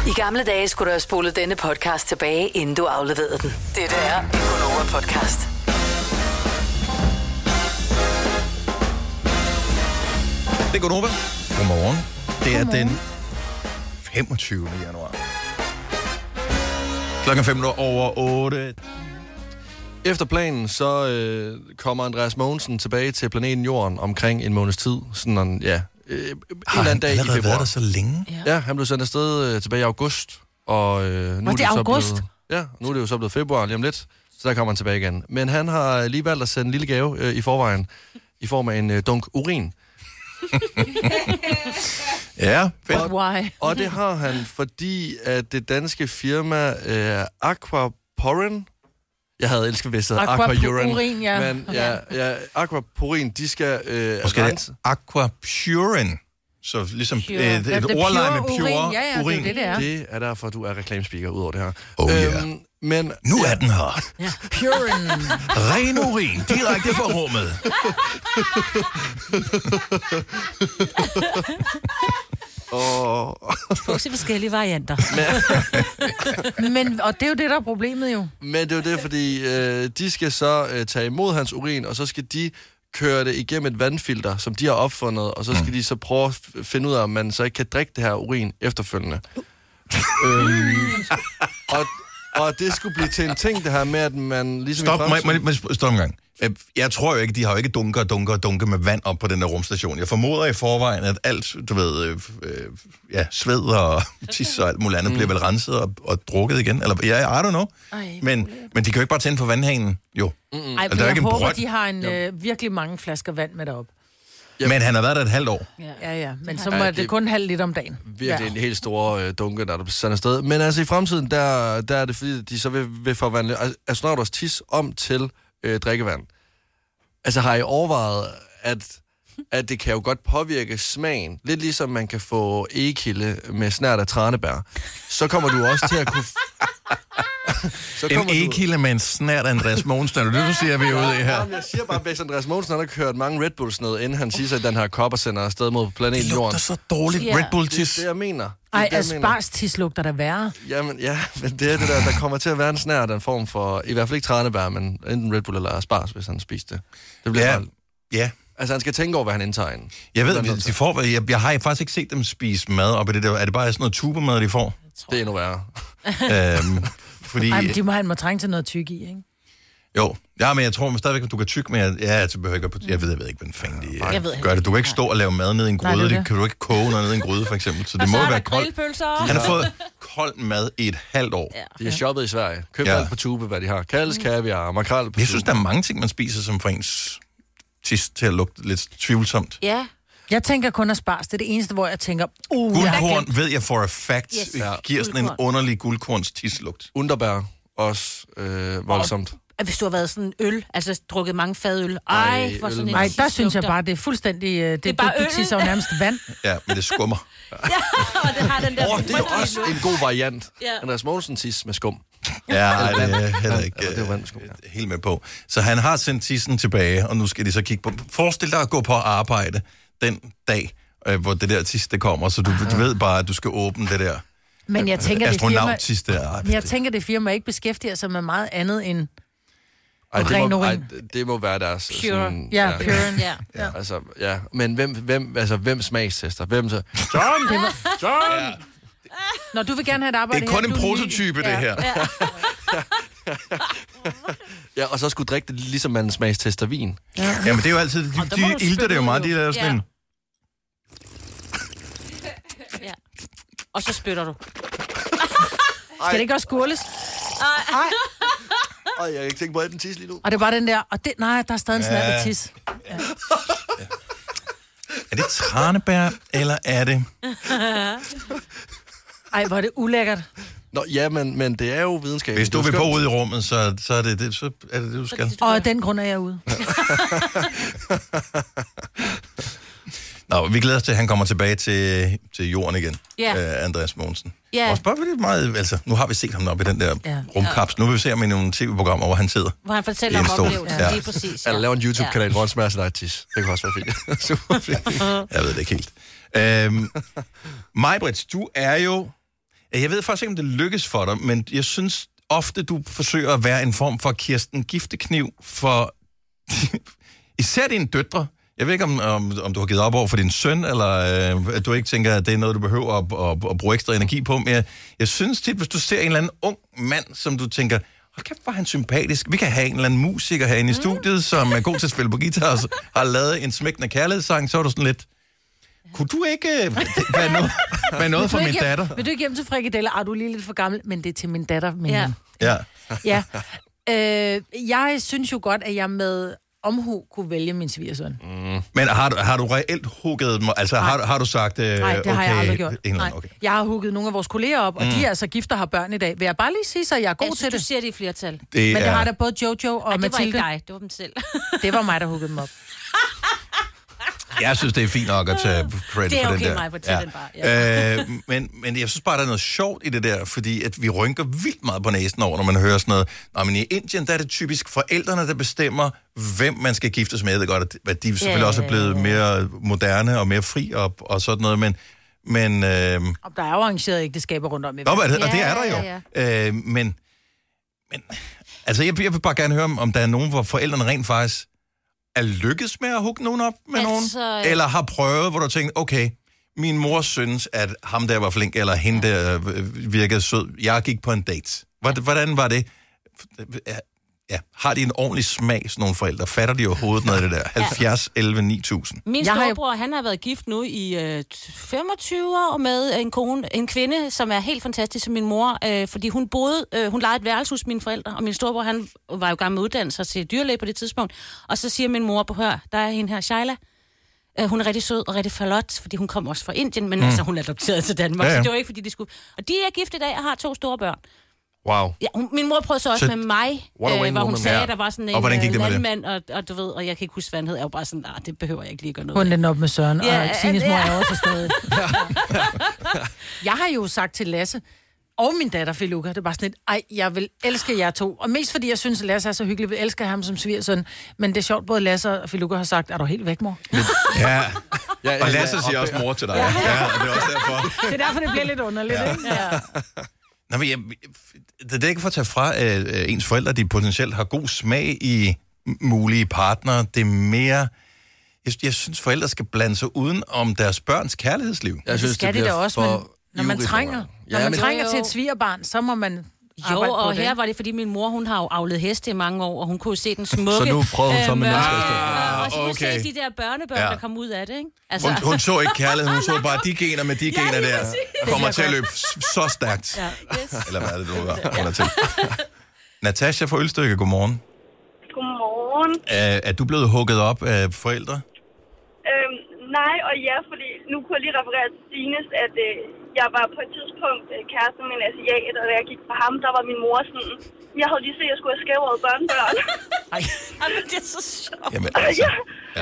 S5: I gamle dage skulle du have spolet denne podcast tilbage, inden du afleverede den. Dette er en Gunova-podcast.
S1: Det er Godnova. Godmorgen. Det er den 25. januar. Klokken 5 over 8.
S4: Efter planen, så øh, kommer Andreas Mogensen tilbage til planeten Jorden omkring en måneds tid. Sådan, en, ja, øh, en eller anden dag i
S1: allerede været der
S4: februar.
S1: så længe?
S4: Mhm. Ja, han blev sendt afsted øh, tilbage i august. Og, øh, nu
S2: Var det
S4: så
S2: august?
S4: Blevet, ja, nu er det jo så blevet februar lige om lidt, så der kommer han tilbage igen. Men han har øh, lige valgt at sende en lille gave øh, i forvejen, i form af en øh, dunk urin.
S1: Ja, fedt.
S3: But why?
S4: Og det har han, fordi at det danske firma øh, Aquaporin, jeg havde elsket, hvis det Aquaporin,
S2: Aquaporin, ja.
S4: men ja, ja, Aquaporin, de skal øh,
S1: Og skal det
S4: rense.
S1: Aquapurin? Så ligesom
S4: øh,
S3: Pure.
S1: et, et
S2: Ja, det er
S1: ordleje
S2: pure
S1: med pure
S2: urin. Ja, ja, det er
S1: urin.
S2: det, det er.
S4: Det er derfor, du er reklamespeaker ud over det her. Øhm,
S1: Oh, yeah.
S4: men
S1: Nu er den her.
S2: Purin.
S1: Ren urin, direkte fra rummet.
S3: Fugt i forskellige varianter.
S2: Men, og det er jo det, der er problemet jo.
S4: Men det er jo det, fordi øh, de skal så øh, tage imod hans urin, og så skal de køre det igennem et vandfilter, som de har opfundet, og så
S1: Mm.
S4: skal de så prøve at f- finde ud af, om man så ikke kan drikke det her urin efterfølgende. øhm, og, og det skulle blive til en ting, det her med, at man ligesom... i
S1: Stop, må, jeg- må,
S4: fremtiden-
S1: jeg- må, jeg- stop en gang. Øh, Jeg tror jo ikke, de har jo ikke dunker og dunker og dunker med vand op på den der rumstation. Jeg formoder i forvejen, at alt, du ved, øh, øh, ja, sved og tis og alt muligt andet,
S4: Mm.
S1: bliver vel renset og, og drukket igen. Eller, ja, I don't know.
S3: Ej,
S1: Men, men de kan jo ikke bare tænde for vandhanen, jo. Altså,
S2: Ej,
S1: der er
S2: men jeg
S1: ikke en
S2: håber,
S1: brønd.
S2: de har en, øh, virkelig mange flasker vand med derop.
S1: Men han har været der et halvt år.
S2: Ja, ja, men så
S4: Ej,
S2: må
S4: det-
S2: det, det kun en halv liter om dagen.
S4: virkelig ja.
S2: Ja.
S4: en helt stor øh, dunke, der er sendt afsted. Men altså i fremtiden, der, der er det fordi, de så vil, vil forvandle altså, as- astronauters tis om til øh, drikkevand. Altså har I overvejet, at, at det kan jo godt påvirke smagen? Lidt ligesom man kan få egekilde med snært af tranebær. Så kommer du også til at kunne... f- så
S1: En
S4: du-
S1: e-kilde med en snært af Andreas Mogensen, er det det, du siger, vi er ude i her?
S4: Jamen, Jeg siger bare, hvis Andreas Mogensen han har kørt mange Red Bulls ned, inden han siger sig, at den her kopper sender afsted mod planeten
S1: Det lugter
S4: Jorden.
S1: så dårligt.
S3: Ja.
S1: Red Bull
S4: Det er
S1: tis.
S4: det, jeg mener. Det er
S2: Ej, altså,
S4: det, jeg mener.
S2: asparstis lugter der værre.
S4: Jamen, ja, men det er det der, der kommer til at være en snært af en form for, i hvert fald ikke tranebær, men enten Red Bull eller Spars, hvis han spiser det. Det bliver
S1: Ja,
S4: ja.
S1: ja.
S4: Altså, han skal tænke over, hvad han indtager inden.
S1: Jeg
S4: Det er
S1: ved,
S4: nødt
S1: de får, jeg, jeg, har faktisk ikke set dem spise mad op i det der. Er det bare sådan noget tubemad, de får?
S4: til. Det er endnu værre.
S1: øhm, fordi...
S2: Ej, men de må have en matrang til noget tyk i, ikke?
S1: Jo, ja, men jeg tror stadigvæk, at du kan tykke, men jeg, ja, jeg, behøver ikke, at- jeg, ved, jeg ved ikke, hvordan fanden de
S3: Jeg
S1: jeg
S3: ved
S1: gør det. Du kan ikke
S3: ikke.
S1: stå og lave mad ned i en
S2: Nej,
S1: gryde,
S2: det er
S1: det,
S2: det.
S1: kan du ikke koge noget ned i en gryde, for eksempel. Så det
S3: Og så
S1: må jo
S3: er der
S1: være koldt.
S3: grillpølser.
S1: Han har fået kold mad i et halvt år. Ja.
S4: De har shoppet i Sverige. Købt
S1: Ja.
S4: ja. alt på tube, hvad de har. Kals, kaviar, makrel på tube.
S1: Jeg synes, der er mange ting, man spiser, som får ens tis til at lugte lidt tvivlsomt.
S3: Ja,
S2: Jeg tænker kun at spars. Det er det eneste, hvor jeg tænker, uh, jeg har
S1: Guldkorn
S2: glemt.
S1: ved jeg for a fact
S2: Yes.
S1: yes.
S2: Ja.
S1: giver sådan en
S2: Guldkorn.
S1: underlig guldkorns tislugt.
S4: Underbær også øh, voldsomt.
S3: At Hvis du har været sådan en øl, altså drukket mange fadøl. Ej,
S4: Ej,
S3: hvor sådan
S4: øl,
S3: en
S2: Nej, der
S3: tislugter.
S2: synes jeg bare, det er fuldstændig... øh, Det, det er bare du, du
S3: øl.
S2: tisser jo nærmest vand.
S1: Ja, men det skummer.
S3: Ja, og det har den der...
S4: Åh, det er jo også en god variant.
S3: Ja.
S4: Ja. Andreas Mogensen tis med skum.
S1: Ja, ej, det er jeg heller ikke
S4: Eller det er vand med skum.
S1: øh, helt med på. Så han har sendt tissen tilbage, og nu skal de så kigge på... Forestil dig at gå på arbejde den dag, øh, hvor det der tis, det kommer, så du, du ved bare, at du skal åbne det der
S2: Men
S4: Altså,
S2: jeg tænker, det firma,
S1: astronautis der. Ej,
S2: men jeg tænker, det firma ikke beskæftiger sig med meget andet end...
S4: Ej, det,
S2: Ren
S4: må, ej,
S2: urin.
S4: det- det må være deres...
S2: Pure. Ja, puren, ja.
S4: ja. Altså, ja. Men hvem, hvem, altså, hvem smagstester? Hvem så? John!
S2: Det var...
S4: John! Ja.
S2: Når du vil gerne have et arbejde
S4: Det er kun
S2: her,
S4: en
S2: du ny.
S4: prototype, det
S2: ja.
S4: her.
S2: Ja.
S4: ja, og så skulle drikke det, ligesom man smagstester vin.
S1: Ja. Jamen, det er jo altid... De,
S4: Og der må
S1: de
S4: du
S1: ilter
S4: spytte
S1: det jo
S4: ud,
S1: meget, de
S4: jo.
S1: der sådan
S4: Ja.
S1: en...
S3: Ja. Og så spytter du.
S2: Skal det ikke også skåles?
S4: Uh,
S3: Ej.
S4: Ej, jeg kan ikke tænke på at den tis lige nu.
S2: Og det var den der... Og det, nej, der er stadig en
S1: Ja.
S2: snart tis. Ja.
S1: Er det tranebær, eller er det...
S2: Ej, hvor er det ulækkert.
S4: Nå, ja, men, men det er jo videnskab.
S1: Hvis du vil bo ude i rummet, så, så, er, det, det, så er det det, du skal.
S2: Og af den grund er jeg ude.
S1: Nå, vi glæder os til, at han kommer tilbage til, til jorden igen,
S2: Ja.
S1: øh, Andreas Mogensen.
S2: Ja.
S1: Også bare fordi det er meget, altså, nu har vi set ham op i den der
S2: Ja.
S1: ja. rumkapsel. Nu vil vi se ham i nogle tv-programmer, hvor han sidder.
S3: Hvor han fortæller
S1: I en
S3: om
S1: stol.
S3: oplevelsen. Ja. Lige præcis.
S4: Eller
S3: Ja.
S4: lave en YouTube-kanal, hvor han smager sin egen tis. Det kan også være fint. Super fint.
S1: Jeg ved det ikke helt. Øhm, Majbrits, du er jo... Jeg ved faktisk ikke, om det lykkes for dig, men jeg synes ofte, du forsøger at være en form for Kirsten Giftekniv for... Især dine døtre. Jeg ved ikke, om, om, om du har givet op over for din søn, eller øh, at du ikke tænker, at det er noget, du behøver at, at, at bruge ekstra energi på. Men jeg, jeg synes tit, hvis du ser en eller anden ung mand, som du tænker, hold kæft, hvor er han sympatisk. Vi kan have en eller anden musiker herinde
S2: Mm.
S1: i studiet, som er god til at spille på guitar, og har lavet en smækkende kærlighedssang, så er du sådan lidt... Kunne du ikke øh, være noget, være noget
S2: Vil du
S1: for
S2: ikke
S1: min
S2: hjem,
S1: datter?
S2: Vil du ikke hjem til frikadeller? Ah, du er lige lidt for gammel, men det er til min datter. Men... Ja.
S1: Ja.
S2: ja. Øh, jeg synes jo godt, at jeg med omhu kunne vælge min svigersøn.
S1: Mm. Men har du, har du reelt hugget dem? Altså, har, du- har du sagt... Øh,
S2: Nej, det
S1: okay,
S2: har jeg aldrig gjort.
S1: en eller anden-
S2: Nej. Jeg har hugget nogle af vores kolleger op, og
S1: Mm.
S2: mm. de er altså gift og har børn i dag. Vil jeg bare lige sige, så jeg er god
S3: Jeg synes,
S2: til
S3: du
S2: det.
S3: siger det i flertal.
S1: Det
S2: Men
S1: er-
S2: det har da både Jojo
S3: Ej,
S2: og
S3: det var
S2: Mathilde.
S3: ikke dig, det var dem selv.
S2: det var mig, der huggede dem op.
S1: Jeg synes, det er fint nok at tage credit
S2: Det er
S1: for den
S2: okay,
S1: der.
S2: Maja, på tiden bare,
S1: Ja. Øh, men, men jeg synes bare, der er noget sjovt i det der, fordi at vi rynker vildt meget på næsen over, når man hører sådan noget. Nå, men i Indien, der er det typisk forældrene, der bestemmer, hvem man skal giftes med. Jeg ved godt, at- at de selvfølgelig
S2: Ja,
S1: også
S2: ja,
S1: er blevet mere moderne og mere fri og, og sådan noget, men... men øh,
S2: Og der er jo arrangeret ægteskaber rundt om i
S1: Nå, men,
S2: verden.
S1: og det er der jo. Øh, men, men altså, jeg, jeg vil bare gerne høre, om- om der er nogen, hvor forældrene rent faktisk er lykkedes med at hugge nogen op med
S3: Altså,
S1: nogen,
S3: ja.
S1: eller har prøvet, hvor du har tænkt, okay, min mor synes, at ham der var flink, eller hende der øh, virkede sød. Jeg gik på en date. Hvordan, hvordan var det? Ja, har de en ordentlig smag, sådan nogle forældre? Fatter de overhovedet noget af det der? 70, 11, 9000.
S3: Min
S2: Jeg har jo-
S3: storebror, han har været gift nu i øh, 25 år med en kone, en kvinde, som er helt fantastisk som min mor, øh, fordi hun boede, øh, hun lejede et værelse hos mine forældre, og min storebror, han var jo i gang med uddannelse til dyrlæge på det tidspunkt, og så siger min mor, på hør, der er hende her, Shaila, øh, hun er rigtig sød og rigtig flot, fordi hun kom også fra Indien, men
S1: Mm.
S3: mm. altså, hun er adopteret til Danmark,
S1: Ja,
S3: ja,
S1: ja.
S3: så det var ikke, fordi de skulle... Og de er gift i dag og har to store børn.
S1: Wow.
S3: Ja, hun, min mor prøvede så også
S1: Så-
S3: så, med mig,
S1: What a
S3: øh,
S1: wing
S3: hvor hun
S1: woman.
S3: sagde,
S1: Ja.
S3: at der var sådan en
S1: Og hvordan gik
S3: øh,
S1: det med det?
S3: landmand, og, og, du ved, og jeg kan ikke huske, hvad han hed, jeg var bare sådan, nej, det behøver jeg ikke lige gøre noget
S2: Hun
S3: ved."
S2: den op med Søren,
S3: Ja,
S2: og Sines
S3: ja.
S2: mor er også stadig. Jeg har jo sagt til Lasse, og min datter Feluca, det er bare sådan et, ej, jeg vil elske jer to. Og mest fordi jeg synes, at Lasse er så hyggelig, vi elsker ham som svigersøn. Men det er sjovt, både Lasse og Feluca har sagt, er du helt væk, mor?
S1: Ja.
S4: ja,
S1: Og Lasse
S4: ja,
S1: siger
S4: op-
S1: også mor til dig. Ja, ja og det er også derfor.
S2: Det er derfor, det bliver lidt underligt, ja. ikke? Ja.
S1: Nå, men jeg, det er da ikke for at tage fra øh, øh, ens forældre, de potentielt har god smag i m- mulige partnere. Det er mere... Jeg, jeg synes, forældre skal blande sig uden om deres børns kærlighedsliv.
S4: Jeg
S2: det skal det, det da også, men når man trænger, når
S1: Ja,
S2: man
S1: men-
S2: trænger
S3: Jo, jo.
S2: til et svigerbarn, så må man
S3: Jo,
S2: arbejde på
S3: og
S2: det.
S3: her var det, fordi min mor, hun har jo avlet heste i mange år, og hun kunne jo se den smukke...
S4: Så nu prøver hun så
S3: øh,
S4: med
S3: mørke- Ah,
S4: mennesker i stedet for.
S3: Og så kunne hun
S1: Okay.
S3: se de der børnebørn,
S1: Ja.
S3: der kom ud af det, ikke? Altså-
S1: Hun,
S2: Altså-
S1: hun så ikke kærlighed, hun så bare de gener med de gener
S3: lige
S1: der,
S3: præcis.
S1: og kommer til at løbe s- så stærkt.
S3: Ja, yes.
S1: Eller hvad er det, du var under til? Natasha fra Ølstykke, godmorgen.
S7: Godmorgen.
S1: Er, er du blevet hugget op af forældre?
S7: Øhm, Nej og ja, fordi nu kunne jeg lige referere til Stines, at øh, jeg var på et tidspunkt øh, kæreste med en asiat, og da jeg gik på ham, der var min mor sådan, jeg havde lige set, at jeg skulle have skævret børnebørn.
S2: Ej,
S7: Jamen, det er så sjovt.
S1: Jamen,
S7: altså. Ja.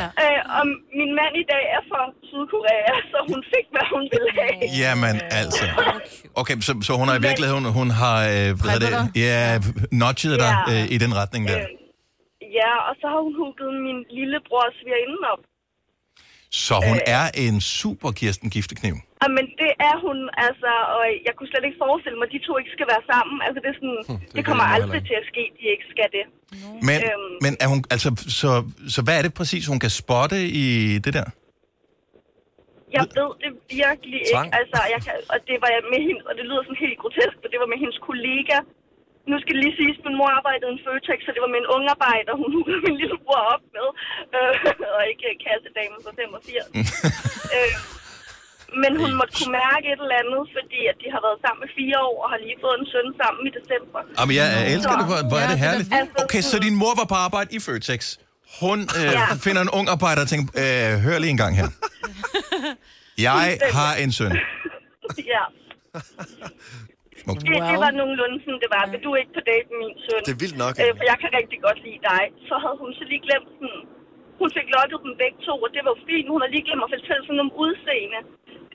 S7: Ja. Øh, og min mand i dag er fra Sydkorea, så hun fik, hvad hun ville have.
S1: Jamen altså. Okay, så, så hun har i virkeligheden, hun har, øh, hvad hedder det, ja, notchet dig
S7: Ja.
S1: øh, i den retning der.
S7: Ja, og så har hun hugget min lillebrors svigerinde op.
S1: Så hun
S7: Øh.
S1: er en super Kirsten Giftekniv.
S7: Ah, men det er hun, altså, og jeg kunne slet ikke forestille mig, at de to ikke skal være sammen. Altså, det er sådan, hmm, det, det kommer
S1: Hm, jeg heller
S7: aldrig til at ske, de ikke skal det.
S1: Men,
S7: Øhm.
S1: men er hun, altså, så, så hvad er det præcis, hun kan spotte i det der?
S7: Jeg ved det virkelig
S1: Tvang.
S7: ikke. Altså, jeg kan, og det var jeg med hende, og det lyder sådan helt grotesk, for det var med hendes kollega. Nu skal det lige siges, min mor arbejdede i en Føtex, så det var med en ung arbejder, hun huggede min lillebror op med. Øh, og ikke øh, kassedamen på 85. øh, men hun måtte kunne mærke et eller andet, fordi at de har været sammen i fire år og har lige fået en søn sammen i december.
S1: Jamen, jeg øh, elsker det. Hvor, hvor er det
S7: Ja, altså,
S1: herligt. Okay, så din mor var på arbejde i Føtex. Hun
S7: Ja.
S1: øh, finder en ung arbejder og tænker, øh, hør lige en gang her. Jeg har en søn.
S7: ja.
S1: Smukt.
S7: Det, det var nogenlunde sådan, det var. Vil du ikke på date med min søn?
S4: Det er vildt nok,
S7: Øh, for jeg kan rigtig godt lide dig. Så havde hun så lige glemt sådan... Hun fik lokket dem begge to, og det var jo fint. Hun havde lige glemt at fortælle sådan om udseende.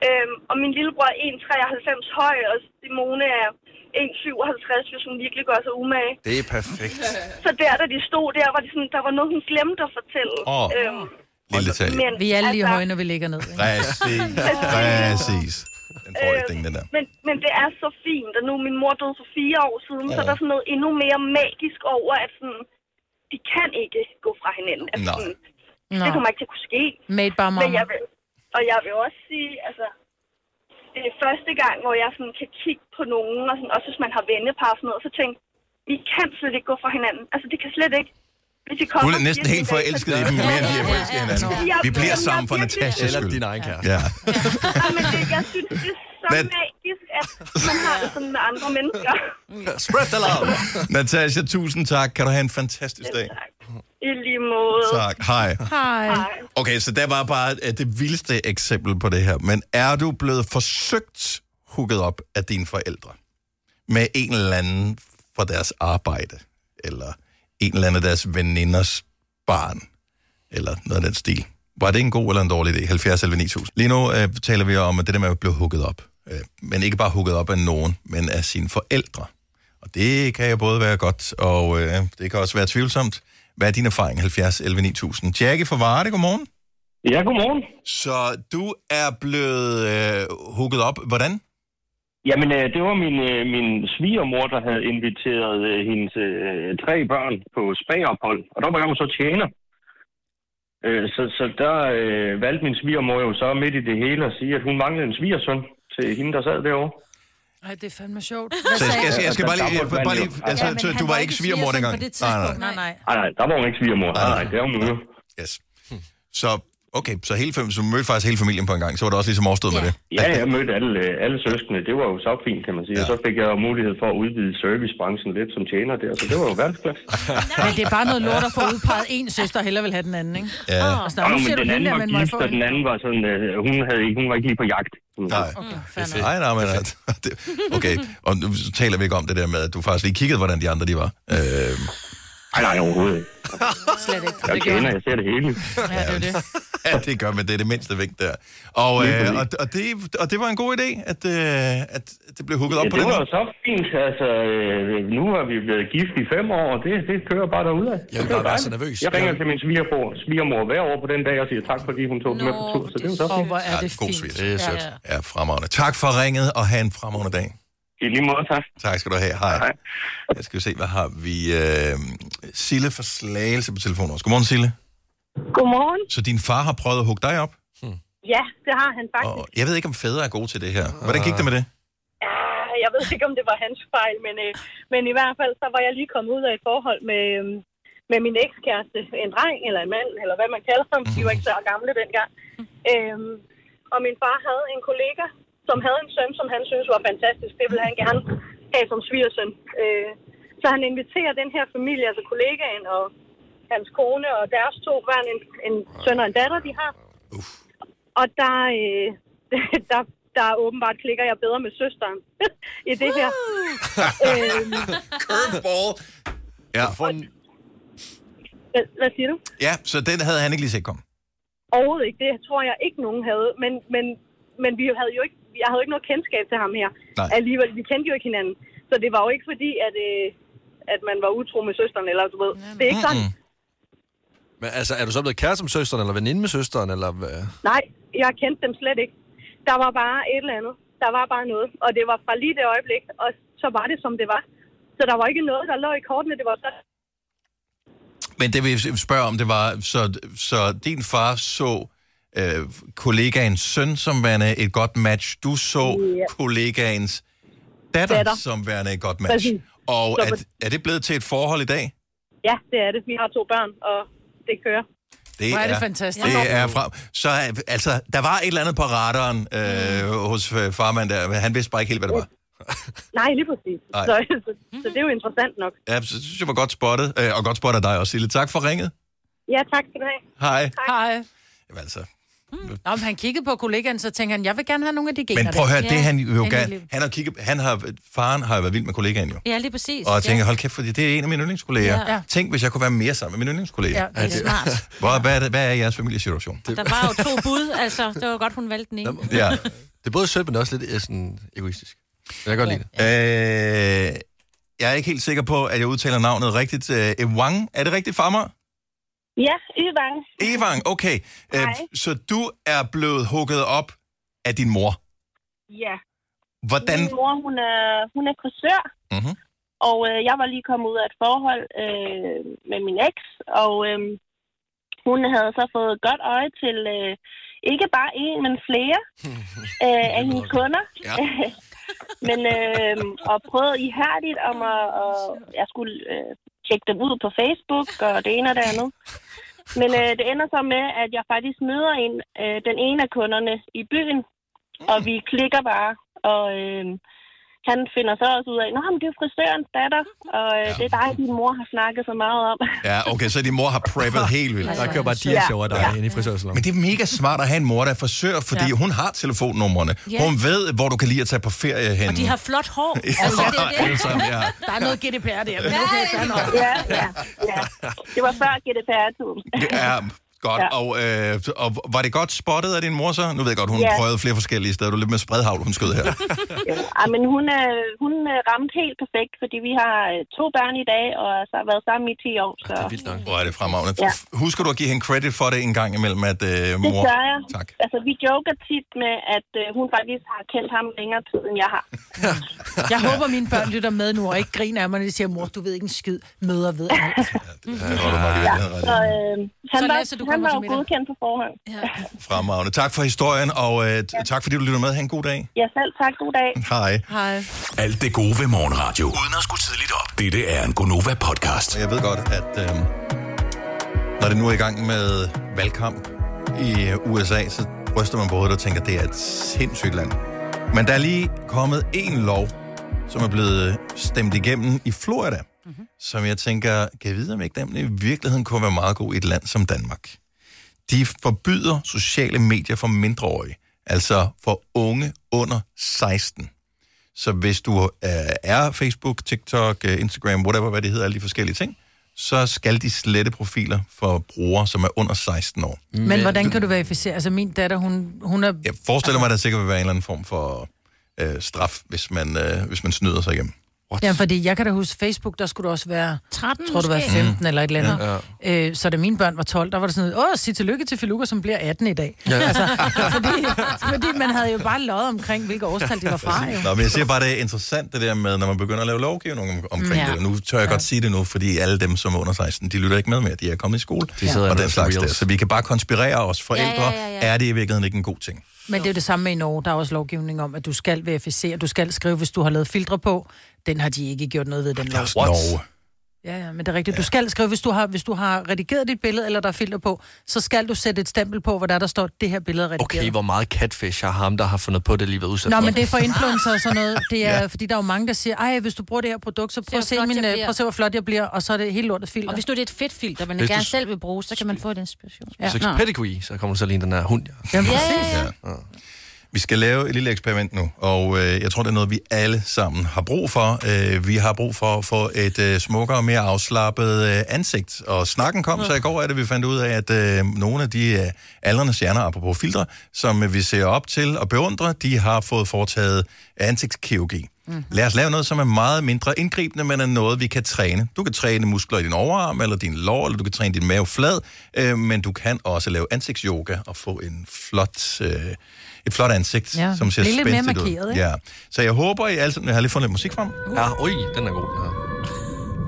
S7: Øhm, og min lillebror er 1,93 høj, og Simone er 1,57, hvis hun virkelig gør sig umage.
S4: Det er perfekt.
S7: Så der, da de stod der, var de sådan, der var noget, hun glemte at fortælle. Øhm,
S1: Åh, lille detalje.
S7: men, altså- Øh,
S2: Vi er alle lige høje, når vi ligger ned. Ikke?
S1: Præcis. Præcis. Den får øh, den der.
S7: Men, men det er så fint, og nu er min mor døde for fire år siden, ja. så
S1: Ja.
S7: er der sådan noget endnu mere magisk over, at sådan, de kan ikke gå fra hinanden. Altså,
S2: Nej.
S7: sådan,
S2: Nej.
S7: det kommer ikke til at kunne ske.
S2: Made by
S7: Men
S2: mama.
S7: jeg vil, og jeg vil også sige, altså, det er første gang, hvor jeg sådan kan kigge på nogen, og sådan, også hvis man har vennepar og sådan noget, og så tænke, I kan slet ikke gå fra hinanden. Altså, det kan slet ikke. Hvis I kommer
S1: Hun er
S7: og
S1: næsten
S7: siger
S1: helt
S7: sådan en dag, så-
S1: forelsket i dem, mere end de er forelsket i hinanden. Vi bliver sammen for Natasha.
S4: Eller din egen kæreste.
S1: Ja.
S7: Ej, men det, jeg synes, det er så
S1: Men-
S7: magisk, at man har det sådan med andre mennesker.
S4: Spread the love.
S1: Natasha, tusind tak. Kan du have en fantastisk dag.
S7: I lige måde.
S1: Tak. Hej.
S2: Hej.
S1: Okay, så der var bare øh, det vildeste eksempel på det her. Men er du blevet forsøgt hugget op af dine forældre med en eller anden fra deres arbejde, eller en eller anden af deres veninders barn, eller noget af den stil? Var det en god eller en dårlig idé? 70 eller 9000. Lige nu øh, taler vi om at det der med at blive hugget op. Øh, men ikke bare hugget op af nogen, men af sine forældre. Og det kan jo både være godt, og øh, det kan også være tvivlsomt. Hvad er din erfaring? 70 11 9000. Jackie fra Varde, godmorgen.
S14: Ja, godmorgen.
S1: Så du er blevet øh, hugget op. Hvordan?
S14: Jamen, øh, det var min, øh, min svigermor, der havde inviteret øh, hendes øh, tre børn på spagophold, og der var jeg jo så tjener. Øh, så, så der øh, valgte min svigermor jo så midt i det hele at sige, at hun manglede en svigersøn til hende, der sad derovre.
S2: Ej, det er fandme sjovt.
S14: Så jeg skal- jeg skal- jeg skal bare lige-
S1: jeg- bare lige- altså,
S2: men
S1: så
S2: han
S1: du var ikke svigermor
S2: svigerson
S1: dengang?
S2: På det
S1: Nej, nej.
S2: tidspunkt, nej, nej.
S14: Nej, nej, der var hun ikke svigermor. Nej, nej, det er hun nu.
S1: Yes. Så, okay, så, hele, fam- så mødte faktisk hele familien på en gang. Så var det også ligesom overstået ja. med det.
S14: Ja, jeg mødte alle, øh, alle søskende. Det var jo så fint, kan man sige. Ja. Og så fik jeg jo mulighed for at udvide servicebranchen lidt som tjener der, så det var jo verdensklasse.
S2: Men det er bare noget lort at få udpeget en søster, og hellere vil have den anden, ikke?
S14: Ja.
S2: Og
S14: Og
S2: sådan, nu ser
S14: men
S2: du
S14: den
S2: hende
S14: anden
S2: der,
S14: var
S2: men må jeg
S14: gift,
S2: få
S14: og
S2: en?
S14: den anden var sådan, øh, hun, havde ikke, hun var ikke lige på jagt. Nej.
S1: Okay, nej, nej, men, at- det- okay, og nu taler vi ikke om det der med, at du faktisk lige kiggede, hvordan de andre de var. Øh,
S14: nej, nej, overhovedet ikke.
S2: Slet ikke. er
S14: Jeg tjener, jeg ser det hele.
S2: Ja, det er det.
S1: ja, det gør man. Det er det mindste vægt der. Og,
S14: Lige
S1: øh,
S14: præcis.
S1: og, og, det, og det var en god idé, at, øh, at det blev hugget op
S14: Ja,
S1: på
S14: det
S1: den
S14: var
S1: måde.
S14: jo så fint. Altså, øh, nu har vi blevet gift i fem år, og det, det kører bare derudad. Jeg
S4: ville bare være så nervøs.
S14: Jeg ringer til min svigermor, svigermor hver år på den dag og siger tak, fordi hun tog den med på tur. Så det var så
S2: Åh,
S14: fint.
S2: hvor er det
S1: God
S2: fint.
S1: svigt. Det er
S2: Ja,
S1: sødt.
S2: ja.
S1: Ja, fremragende. Tak for ringet, og have en fremragende dag.
S14: I lige måde, tak.
S1: Tak skal du have. Hej. Hej. Jeg skal se, hvad har vi? Øh, Sille fra Slagelse på telefonen også. Godmorgen, Sille.
S19: Godmorgen.
S1: Så din far har prøvet at hugge dig op?
S19: Ja, det har han faktisk.
S1: Og jeg ved ikke, om fædre er gode til det her. Hvordan gik det med det?
S19: Oh. Jeg ved ikke, om det var hans fejl, men, øh, men i hvert fald, så var jeg lige kommet ud af et forhold med, øh, med min ekskæreste. En dreng, eller en mand, eller hvad man kalder dem. De var ikke så gamle dengang. Øh, og min far havde en kollega, som havde en søn, som han synes var fantastisk. Det ville han gerne have som svigersøn. Øh, så han inviterer den her familie, altså kollegaen og hans kone og deres to børn, en, en søn og en datter, de har. Og der, øh, der, der åbenbart klikker jeg bedre med søsteren i det her.
S2: er
S19: øhm,
S1: Curveball. Ja.
S19: hvad, hvad siger du?
S1: ja, så den havde han ikke lige set komme.
S19: Overhovedet ikke. Det tror jeg ikke, nogen havde. Men, men, men vi havde jo ikke, jeg havde jo ikke noget kendskab til ham her.
S1: Nej.
S19: Alligevel, vi kendte jo ikke hinanden. Så det var jo ikke fordi, at, øh, at man var utro med søsteren, eller du ved. Det er ikke sådan.
S4: Men altså, er du så blevet kæreste med søsteren, eller veninde med søsteren, eller hvad?
S19: Nej, jeg kendte dem slet ikke. Der var bare et eller andet. Der var bare noget. Og det var fra lige det øjeblik, og så var det, som det var. Så der var ikke noget, der lå i kortene. Det var så
S1: Men det vi spørger om, det var, så, så din far så øh, kollegaens søn som værende et godt match. Du så
S19: Ja.
S1: yeah. kollegaens datter,
S19: Datter.
S1: datter som værende et godt match.
S19: Præcis.
S1: Og
S19: Så
S1: er,
S19: på-
S1: er det blevet til et forhold i dag?
S19: Ja, det er det. Vi har to børn, og det kører. Hvor er det fantastisk.
S1: Det er fra, så øh, altså, der var et eller andet på radaren øh,
S3: Mm.
S1: hos øh, farmand der, men han vidste bare ikke helt, hvad det var.
S19: Nej, lige præcis.
S1: Ej.
S19: Så, så, så det er jo interessant nok.
S1: Ja, så synes jeg var godt spottet, øh, og godt spottet af dig også, Sille. Tak for ringet.
S19: Ja, tak skal du have.
S1: Hej.
S2: Hej.
S1: Jamen, altså.
S2: Nå, men han kiggede på kollegaen, så tænkte han, jeg vil gerne have nogle af de gener.
S1: Men prøv at høre,
S2: der.
S1: det han
S2: Ja,
S1: jo
S2: kan
S1: gerne,
S2: lide.
S1: han har kigget, han har, faren har jo været vild med kollegaen jo.
S3: Ja, lige præcis.
S1: Og jeg tænker,
S3: ja.
S1: hold kæft, fordi det er en af mine yndlingskolleger.
S3: Ja. Ja.
S1: Ja. Tænk, hvis jeg kunne være mere sammen med mine yndlingskolleger. Altså,
S3: Ja, det er smart.
S1: Hvor, hvad, er det, hvad er jeres familiesituation?
S3: Der var jo to bud, altså. Det var godt, hun valgte den ene.
S1: Ja.
S4: Det er både sødt, men også lidt øh, sådan egoistisk. Men jeg kan godt lide det.
S1: Øh, jeg er ikke helt sikker på, at jeg udtaler navnet rigtigt. Øh, Ewang, er det rigtigt, farmer?
S11: Ja, Yvang.
S1: Evang, okay. Øh,
S11: Hej.
S1: så du er blevet hugget op af din mor.
S11: Ja.
S1: Hvordan?
S11: Min mor, hun er, hun er frisør,
S1: Mhm.
S11: og øh, jeg var lige kommet ud af et forhold øh, med min eks, og øh, hun havde så fået godt øje til øh, ikke bare en, men flere øh, af hendes kunder.
S20: Ja.
S11: men øh, og prøvede ihærdigt om at, at jeg skulle øh, tjekke dem ud på Facebook og det ene og det andet. Men øh, det ender så med, at jeg faktisk møder en, øh, den ene af kunderne i byen, og vi klikker bare, og øh, han finder så også ud af, at det er jo frisørens datter, og øh, det er dig, din mor har snakket så meget om.
S1: Ja, okay, så din mor har preppet helt vildt.
S11: Der kører bare dias over dig
S1: inde i frisørsalongen. Men det er mega smart at have en mor, der er frisør, fordi
S3: Ja.
S1: ja. hun har telefonnumrene.
S3: Ja.
S1: Yeah. Hun ved, hvor du kan lide at tage på ferie hen.
S3: Og de har flot hår. Altså, det er
S1: Alle
S3: det.
S1: sammen, ja.
S2: Der er noget GDPR der, men okay, fair nok.
S11: Ja, ja, ja. Det var før GDPR-tiden.
S1: Ja, godt.
S11: Ja.
S1: Ja. Og, øh, og var det godt spottet af din mor så? Nu ved jeg godt, hun
S11: Ja.
S1: ja. prøvede flere forskellige steder. Du er lidt med spredhavl, hun skød her.
S11: Ja, men hun, øh, hun øh, ramte helt perfekt, fordi vi har øh, to børn i dag, og så har været sammen i 10 år. Så.
S1: Vildt nok. Hvor er det fremragende.
S11: Ja.
S1: Ja. Husker du at give hende credit for det en gang imellem, at øh,
S11: Det
S1: mor...
S11: gør jeg.
S1: Tak.
S11: Altså, vi joker tit med, at øh, hun faktisk har kendt ham længere tid, end jeg har.
S2: Jeg håber, mine børn lytter med nu og ikke griner af mig, når de siger, mor, du ved ikke en skid. Møder ved alt.
S1: Ja.
S11: Så øh, han
S2: Så
S11: var,
S2: Lasse, du
S11: han
S2: kommer
S11: var
S2: til
S11: jo
S2: middag.
S11: godkendt på forhånd. Ja.
S1: Fremragende. Tak for historien, og øh, t- tak fordi du lytter med. Ha' en god dag.
S11: ja, selv tak. God dag.
S1: Hej.
S2: Hej.
S1: Alt det gode ved morgenradio.
S6: Uden at skulle tidligt op.
S1: Dette er en Gonova-podcast. Jeg ved godt, at øh, når det nu er i gang med valgkamp i øh, USA, så ryster man på hovedet og tænker, at det er et sindssygt land. Men der er lige kommet en lov, som er blevet stemt igennem i Florida, mm-hmm. som jeg tænker, kan jeg vide, om ikke den i virkeligheden kunne være meget god i et land som Danmark. De forbyder sociale medier for mindreårige, altså for unge under 16. Så hvis du øh, er Facebook, TikTok, øh, Instagram, whatever, hvad det hedder, alle de forskellige ting, så skal de slette profiler for brugere, som er under 16 år.
S2: Men hvordan kan du verificere? Altså, min datter, hun, hun er...
S1: Jeg forestiller mig, at der sikkert vil være en eller anden form for øh, straf, hvis man, øh, hvis man snyder sig igennem.
S2: Ja, fordi jeg kan da huske, Facebook, der skulle du også være...
S3: 13
S2: tror du var
S3: måske?
S2: 15 eller et eller andet.
S1: Mm. Ja,
S2: Øh, så da mine børn var 12, der var det sådan, åh, sig tillykke til Filuka, som bliver 18 i dag.
S1: Ja.
S2: Altså, fordi, fordi man havde jo bare løjet omkring, hvilke årstal de var fra, jo.
S1: Nå, men jeg siger bare, det er interessant det der med, når man begynder at lave lovgivning om, omkring
S2: Ja.
S1: ja. det. Og nu tør jeg ja. godt sige det nu, fordi alle dem, som er under 16, de lytter ikke med mere. De er kommet i skole
S4: De sidder
S1: og
S4: med
S1: den slags
S4: reels.
S1: der. Så vi kan bare konspirere os forældre.
S2: Ja, ja, ja, ja.
S1: Er det i virkeligheden ikke en god ting?
S2: Men det er jo det samme med i Norge. Der er også lovgivning om, at du skal verificere, du skal skrive, hvis du har lavet filtre på. Den har de ikke gjort noget ved, den lov.
S1: Norge.
S2: Ja, ja, men det er rigtigt. Du skal skrive, hvis du, har, hvis du har redigeret dit billede, eller der er filter på, så skal du sætte et stempel på, hvor der, er, der står, det her billede er redigeret.
S4: Okay, hvor meget catfish har ham, der har fundet på det, lige været udsat
S2: Nå,
S4: for?
S2: men det er for influencer og sådan noget. Det er,
S4: Ja.
S2: ja. Fordi der er jo mange, der siger, ej, hvis du bruger det her produkt, så prøv at se,
S3: flot
S2: min,
S3: jeg
S2: øh,
S3: bliver."
S2: prøv at se, hvor flot jeg bliver, og så er det helt lortet filter.
S3: Og hvis nu det er et fedt filter, man
S4: Hvis du
S3: gerne
S4: s-
S3: selv vil bruge, så kan man få et inspiration.
S4: Ja. Sex
S3: Nå.
S4: pedigree, så kommer du så lige den her hund.
S3: Ja, præcis. Ja, ja,
S1: Ja. Vi skal lave et lille eksperiment nu, og øh, jeg tror, det er noget, vi alle sammen har brug for. Øh, vi har brug for at få et øh, smukkere, mere afslappet øh, ansigt. Og snakken kom, så i går er det, vi fandt ud af, at øh, nogle af de øh, aldrende stjerner, apropos filtre, som øh, vi ser op til og beundrer, de har fået foretaget ansigtskirurgi. Mm-hmm. Lad os lave noget, som er meget mindre indgribende, men er noget, vi kan træne. Du kan træne muskler i din overarm, eller din lår, eller du kan træne din mave flad, øh, men du kan også lave ansigtsyoga og få en flot, øh, et flot ansigt,
S2: Ja,
S1: ja, som ser
S2: blive lidt
S1: spændigt
S2: mere
S1: ud.
S2: markeret, ikke?
S1: ja. Så jeg håber, I alle sammen... Jeg har lige fundet lidt musik frem.
S4: Ja, ui, den er god,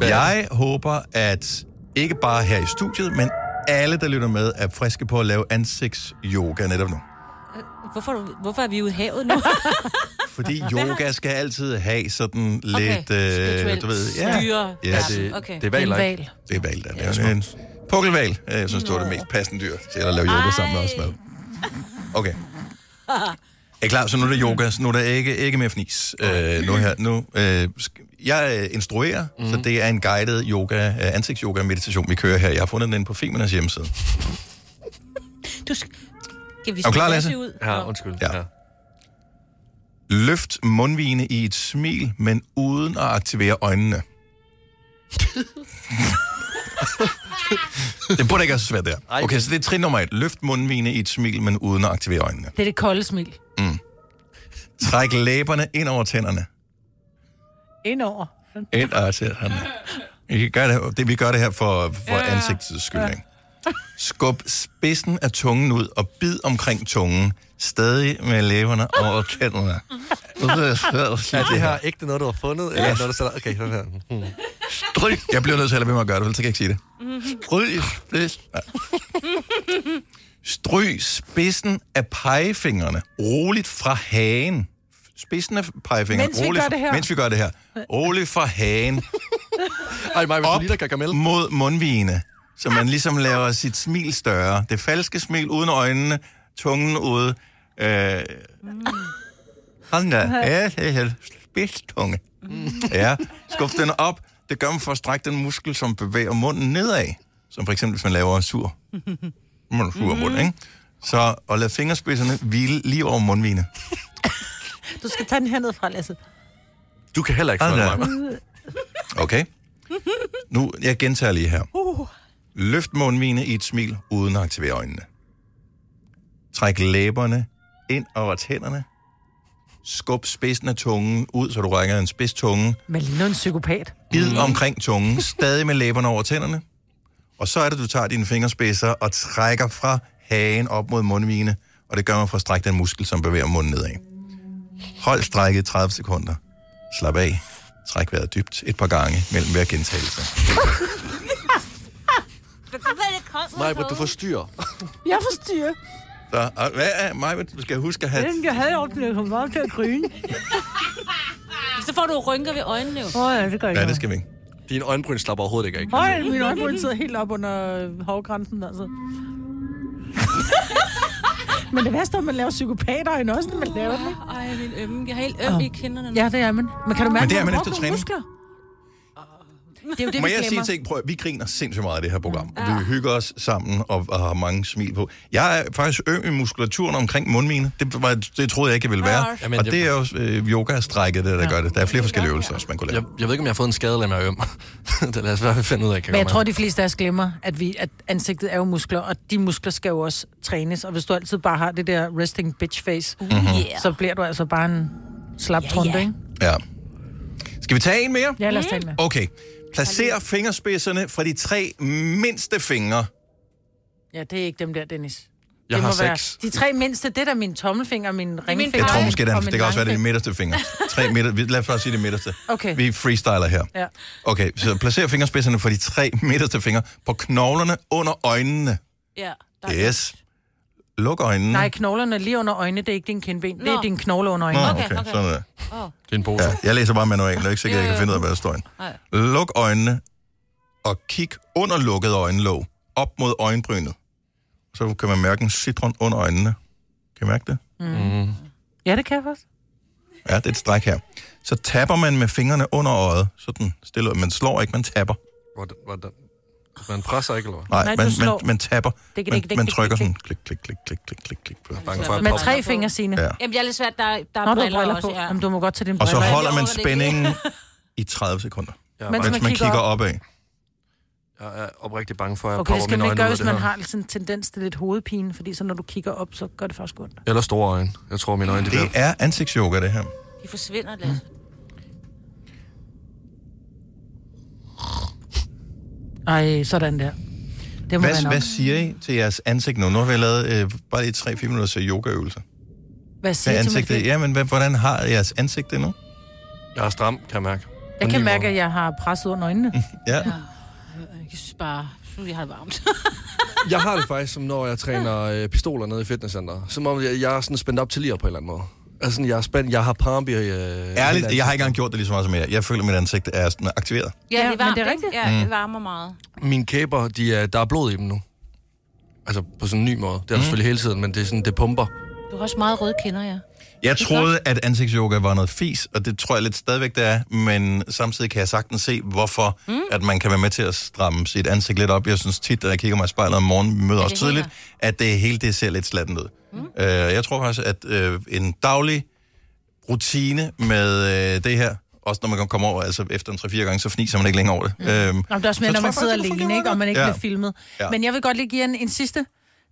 S4: den her.
S1: Jeg håber, at ikke bare her i studiet, men alle, der lytter med, er friske på at lave ansigtsyoga netop nu.
S3: Hvorfor, hvorfor er vi ude i havet nu?
S1: Fordi yoga skal altid have sådan lidt... øh,
S3: spirituelt
S1: du ved,
S3: styre.
S1: ja,
S3: Ja,
S1: det,
S3: okay.
S1: det er valer,
S3: En
S1: ikke? Det er valer, der. Det er jo en pukkelval, øh, jeg synes, det var det mest passende dyr til at lave yoga sammen med os med. Okay. Er I klar? Så nu er det yoga, så nu er der ikke, ikke mere fnis. Øh, nu her, nu, øh, sk- jeg øh, instruerer, mm. så det er en guided yoga, øh, ansigtsyoga meditation, vi kører her. Jeg har fundet den inde på Feminas hjemmeside.
S3: Du sk- Skal vi
S1: Er du klar,
S3: stikke
S1: Lasse?
S3: ud?
S4: Ja, undskyld. Ja. ja.
S1: Løft mundvigene i et smil, men uden at aktivere øjnene. det burde ikke være så svært der. Okay, så det er trin nummer et. Løft mundvigene i et smil, men uden at aktivere øjnene.
S2: Det er det kolde smil.
S1: Mm. Træk læberne ind over tænderne.
S2: Indover.
S1: Ind over tænderne. I kan gøre det, det, vi gør det her for, for
S2: Ja.
S1: ansigtets skyld. ikke? Skub spidsen af tungen ud og bid omkring tungen, stadig med læberne over tænderne.
S4: Ja, det her er ægte noget, du har fundet, eller
S1: Ja.
S4: noget, du selv... Okay, sådan her. Hmm.
S1: Stryg. Jeg bliver nødt til at lade være med at gøre det, for ellers kan jeg ikke sige det. Stryg spidsen. Nej. Stryg spidsen af pegefingrene roligt fra hagen. Spidsen af pegefingrene.
S4: Mens vi
S1: roligt
S4: gør det her.
S1: Mens vi gør det her. Roligt fra hagen. Ej, mig, Op mod mundvigene. Så man ligesom laver sit smil større. Det falske smil uden øjnene, tungen ude. Øh,
S4: Mm.
S1: sådan der. Ja, det er spidstunge.
S4: Mm.
S1: Ja, skub den op. Det gør man for at strække den muskel, som bevæger munden nedad. Som for eksempel, hvis man laver en sur, mund, sur mund, ikke? Så og lad fingerspidserne hvile lige over mundvigene.
S2: Du skal tage den hernede fra, Lasse.
S1: Du kan heller
S4: ikke
S1: få
S4: snakke
S1: Okay. Nu, jeg gentager lige her.
S2: Uh.
S1: Løft mundvigene i et smil, uden at aktivere øjnene. Træk læberne ind over tænderne. Skub spidsen af tungen ud, så du rækker en spids tunge.
S2: Men lige nu en psykopat.
S1: Bid omkring tungen, stadig med læberne over tænderne. Og så er det, du tager dine fingerspidser og trækker fra hagen op mod mundvigene. Og det gør man for at strække den muskel, som bevæger munden nedad. Hold strækket i 30 sekunder. Slap af. Træk vejret dybt et par gange mellem hver gentagelse.
S4: Nej, men du forstyrrer.
S2: Jeg forstyrrer.
S1: Så, og hvad er mig, du skal huske at have...
S2: Den, jeg havde ordentligt, jeg kom bare til at grine.
S3: Så får du rynker ved øjnene. Åh,
S2: oh, ja, det gør
S1: Ja, det skal vi ikke.
S4: Din øjenbryn slapper overhovedet ikke af.
S2: Høj, min øjenbryn sidder helt op under øh, hårgrænsen, altså. Men det værste er, at man laver psykopater øjne også, når man laver det.
S3: Ej, min ømme. Jeg har helt øm
S2: Åh.
S3: i kinderne.
S2: Ja, det er man. Men kan du mærke,
S1: Men det er
S2: at
S1: man
S2: har
S1: efter
S2: brugt nogle
S1: træning.
S2: muskler? Det er jo det,
S1: Må
S2: vi
S1: jeg sige
S2: glemmer. Mm.
S1: ting? Prøv, at- vi griner sindssygt meget i det her program. Ja. Vi hygger os sammen og, og har mange smil på. Jeg er faktisk øm i muskulaturen omkring mundmine. Det, var, det troede jeg ikke, jeg ville være.
S4: Jamen,
S1: og
S4: det-
S1: det er jo øh, yoga-strækket, det der gør det. Der er flere forskellige øvelser, også, man kunne lave.
S4: Jeg, jeg ved ikke, om jeg har fået en skade, eller om jeg er øm. det lad os i hvert fald finde ud af, kan
S2: Men jeg tror, de fleste af os glemmer, at, vi, at ansigtet er jo muskler, og de muskler skal jo også trænes. Og hvis du altid bare har det der resting bitch face,
S1: Mhm. yeah.
S2: så bliver du altså bare en slap yeah, trunde, ikke?
S1: Ja. Skal vi tage en mere?
S2: Ja, lad os tage en mere.
S1: Okay. Placer fingerspidserne fra de tre mindste fingre.
S2: Ja, det er ikke dem der, Dennis.
S1: Jeg
S2: det
S1: har
S2: må
S1: seks.
S2: Være. De tre mindste, det er da min tommelfinger, min ringfinger.
S1: Jeg tror måske, det,
S2: det
S1: er, det kan også være, det er de midterste fingre. Tre midter, vi- lad os bare sige det midterste.
S2: Okay.
S1: Vi freestyler her.
S2: Ja.
S1: Okay, så placer fingerspidserne for de tre midterste fingre på knoglerne under øjnene.
S2: ja.
S1: Yes. Luk øjnene.
S2: Nej, knoglerne lige under øjnene, det er ikke din kindben. Det er
S3: Nå.
S2: din knogle under øjnene.
S1: Nå, okay, okay. sådan der.
S3: Åh.
S1: Det er en pose. Ja, jeg læser bare manualen, jeg er ikke sikker, at jeg kan finde ud af, hvad der står inde. Luk øjnene at kigge under lukket øjenlåg, op mod øjenbrynet. Så kan man mærke en citron under øjnene. Kan I mærke det? Mm.
S2: Ja, det kan jeg faktisk.
S1: Ja, det er et stræk her. Så tapper man med fingrene under øjet, sådan stille. Man slår ikke, man tapper.
S4: Hvordan, hvordan? Man presser ikke, eller hvad?
S1: Nej, Nej man, man, man tapper.
S3: Det kan
S1: man,
S3: ikke- det
S1: man
S3: kan
S1: trykker
S3: ikke-
S1: sådan klik, klik, klik, klik, klik, klik, klik.
S2: Med tre fingre, sine.
S1: Ja.
S3: Jamen, jeg er lidt svært, der, er- der er
S2: Nå, du har
S3: briller,
S2: briller
S3: også.
S2: på. Jamen, du må godt tage dine
S1: Og
S2: briller.
S1: så
S2: af.
S1: holder man spændingen i 30 sekunder,
S4: Ja,
S1: mens man, man kigger opad.
S4: Jeg er oprigtigt bange for, at jeg
S2: Okay, det
S4: propper
S2: skal
S4: mine
S2: man
S4: øjne
S2: ikke
S4: ud
S2: gøre,
S4: af
S2: hvis
S4: det
S2: man
S4: her.
S2: har sådan en tendens til lidt hovedpine, fordi så når du kigger op, så gør det faktisk ondt.
S4: Eller store øjne. Jeg tror, mine øjne...
S1: Det er ansigtsyoga, det her.
S3: De forsvinder lidt.
S2: Ej, sådan der. Det må
S1: Hvad,
S2: være
S1: hvad
S2: nok.
S1: siger I til jeres ansigt nu? Nu har vi lavet øh, bare lige 3-4 minutters yogaøvelser.
S2: Hvad
S1: Hvad
S2: siger
S1: er
S2: du til mit
S1: ansigtet?
S2: vind?
S1: Ja, men hvad, hvordan har jeres ansigt det nu?
S4: Jeg er stram, kan jeg mærke.
S2: Jeg kan mærke, at jeg har presset under øjnene.
S1: Ja.
S3: Jeg synes bare, nu jeg har det varmt.
S4: Jeg har det faktisk, som når jeg træner øh, pistoler nede i fitnesscenter. Som om jeg, jeg er sådan spændt op til lige på en eller anden måde. Altså, sådan, jeg er spændt. Jeg har parambier i... Øh,
S1: Ærligt, jeg har ikke engang gjort det lige så meget som jer. Jeg føler, at mit ansigt er sådan aktiveret.
S3: Ja, det er varmt,
S2: men det
S3: ikke?
S2: er rigtigt.
S3: Ja,
S1: Mm.
S3: det varmer meget.
S4: Mine kæber, de er, der er blod i dem nu. Altså, på sådan en ny måde. Det er der selvfølgelig hele tiden, men det, er sådan, det pumper.
S3: Du har også meget røde kinder, ja.
S1: Jeg troede, at ansigtsyoga var noget fis, og det tror jeg lidt stadigvæk, det er. Men samtidig kan jeg sagtens se, hvorfor mm. at man kan være med til at stramme sit ansigt lidt op. Jeg synes tit, at jeg kigger mig i spejlet om morgenen, vi møder
S20: At
S1: også
S20: det
S1: tidligt, at det hele det ser lidt slatten ud. Mm. Øh, jeg tror faktisk, at øh, en daglig rutine med øh, det her, også når man kommer over, altså efter en 3-4 gange, så fniser man ikke længere over det. Mm. Øhm,
S2: Nå, men det er også mere,
S1: så
S2: når
S1: tror
S2: man
S1: jeg
S2: sidder
S1: faktisk, det
S2: alene, ikke? og man ikke
S1: Ja.
S2: bliver filmet.
S1: Ja.
S2: Men jeg vil godt lige give en, en sidste.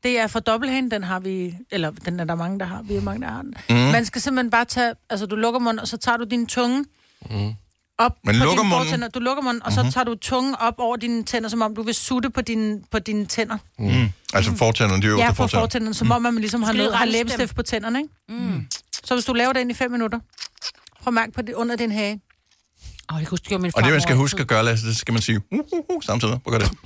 S2: Det er for dobbelthæn, den har vi, eller den er der mange, der har, vi er mange, der har den. Mm.
S1: Mhm.
S2: Man skal simpelthen bare tage, altså du lukker munden, og så tager du din tunge op
S1: Man
S2: på
S1: lukker
S2: dine
S1: munden.
S2: fortænder. Du lukker munden, og så
S1: Mhm.
S2: tager du tungen op over dine tænder, som om du vil sutte på dine, på dine tænder.
S1: Mm. Altså fortænderne, de øverste
S2: ja, på
S1: fortænder.
S2: fortænderne, som om at man ligesom har,
S3: Skal lige
S2: noget, har
S3: rense dem.
S2: læbestift på tænderne, ikke? Mm. Så hvis du laver det ind i fem minutter, prøv at mærke på det under din hage.
S3: Åh, oh, det kunne min
S1: Mm. Og det, man skal huske at gøre, Lasse, det skal man sige, uh, uh, uh, samtidig. Prøv at gøre det.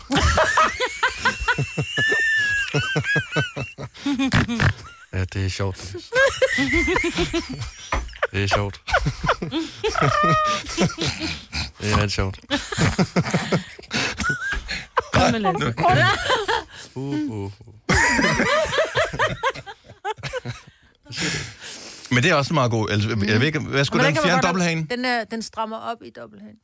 S4: Ja, det er sjovt.
S1: Mm.
S4: Det er sjovt. det er ret sjovt.
S1: Kom med, Lasse.
S4: Uh, uh, uh.
S1: Men det er også meget god. Altså, jeg ved ikke, hvad skulle den fjerne dobbelthagen?
S2: Den, er, den strammer op i dobbelthagen.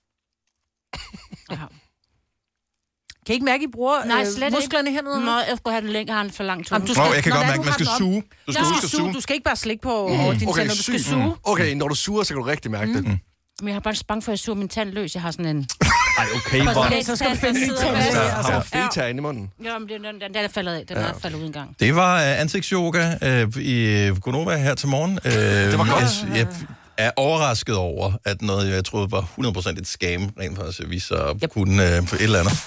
S2: Kan I ikke mærke, at I bruger
S3: Nej,
S2: øh,
S3: slet ikke.
S2: musklerne hernede?
S3: Nå, jeg skulle have den længere, han for lang tunge.
S2: Jamen, du skal-
S1: Nå, jeg kan
S2: Nå,
S1: godt
S2: lad
S1: mærke,
S2: nu
S1: man
S2: have
S1: skal
S2: den op.
S1: suge. Du skal
S2: Ja,
S1: huske at suge.
S2: Du skal ikke bare slikke på over dine tænder, du skal
S4: syg.
S2: suge.
S4: Okay, når du suger, så kan du rigtig mærke det.
S3: Men jeg har bare så bange for, at jeg suger min tand løs. Jeg har sådan en...
S4: Ej, okay,
S3: Bare
S4: hvor...
S3: sådan lidt Så skal du finde en tand.
S4: Altså,
S3: Altså,
S4: har du feta inde i munden?
S3: Nå, men den, den, den er faldet af. Den
S1: Ja,
S3: er faldet ud en gang.
S1: Det var uh, ansigtsyoga uh, i øh, Gonova her til morgen. Uh, det var godt. Jeg, jeg er overrasket over, at noget, jeg troede var 100% et scam, rent faktisk viste sig at kunne uh, et eller andet.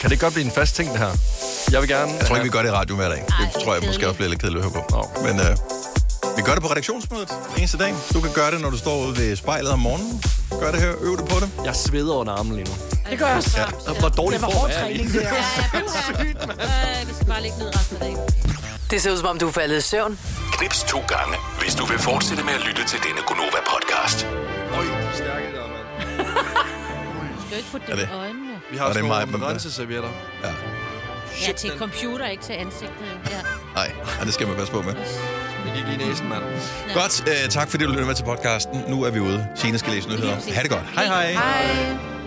S4: Kan det godt blive en fast ting, det her? Jeg vil gerne...
S1: Jeg tror ikke, vi gør det i radio hver dag. Det tror jeg måske også bliver lidt kedeligt at høre på. Nå. Men uh, vi gør det på redaktionsmødet hver eneste dag. Du kan gøre det, når du står ude ved spejlet om morgenen. Gør det her, øv dig på det.
S4: Jeg sveder under armen lige nu.
S2: Det gør jeg også.
S4: Ja. Hvor dårlig form er jeg i?
S2: det er.
S3: Øh, hvis jeg bare ligger ned resten af dagen.
S5: Det ser ud som om, du er faldet i søvn.
S6: Knips to gange, hvis du vil fortsætte med at lytte til denne Gonova-podcast.
S3: Du skal jo ikke putte
S1: Er
S3: det i
S1: det?
S3: øjnene.
S4: Vi har
S1: Og det er
S4: sådan
S1: mig, men-
S4: nogle renseservietter.
S3: Ja, til computer, ikke til ansigtet. Ja.
S1: Nej, ej, det skal man passe på med.
S4: Det gik lige i næsen, mand.
S1: øh, Godt, uh, tak fordi du lyttede med til podcasten. Nu er vi ude. Signe skal læse nyheder. Ha' det godt. Hej hej.
S3: Hej.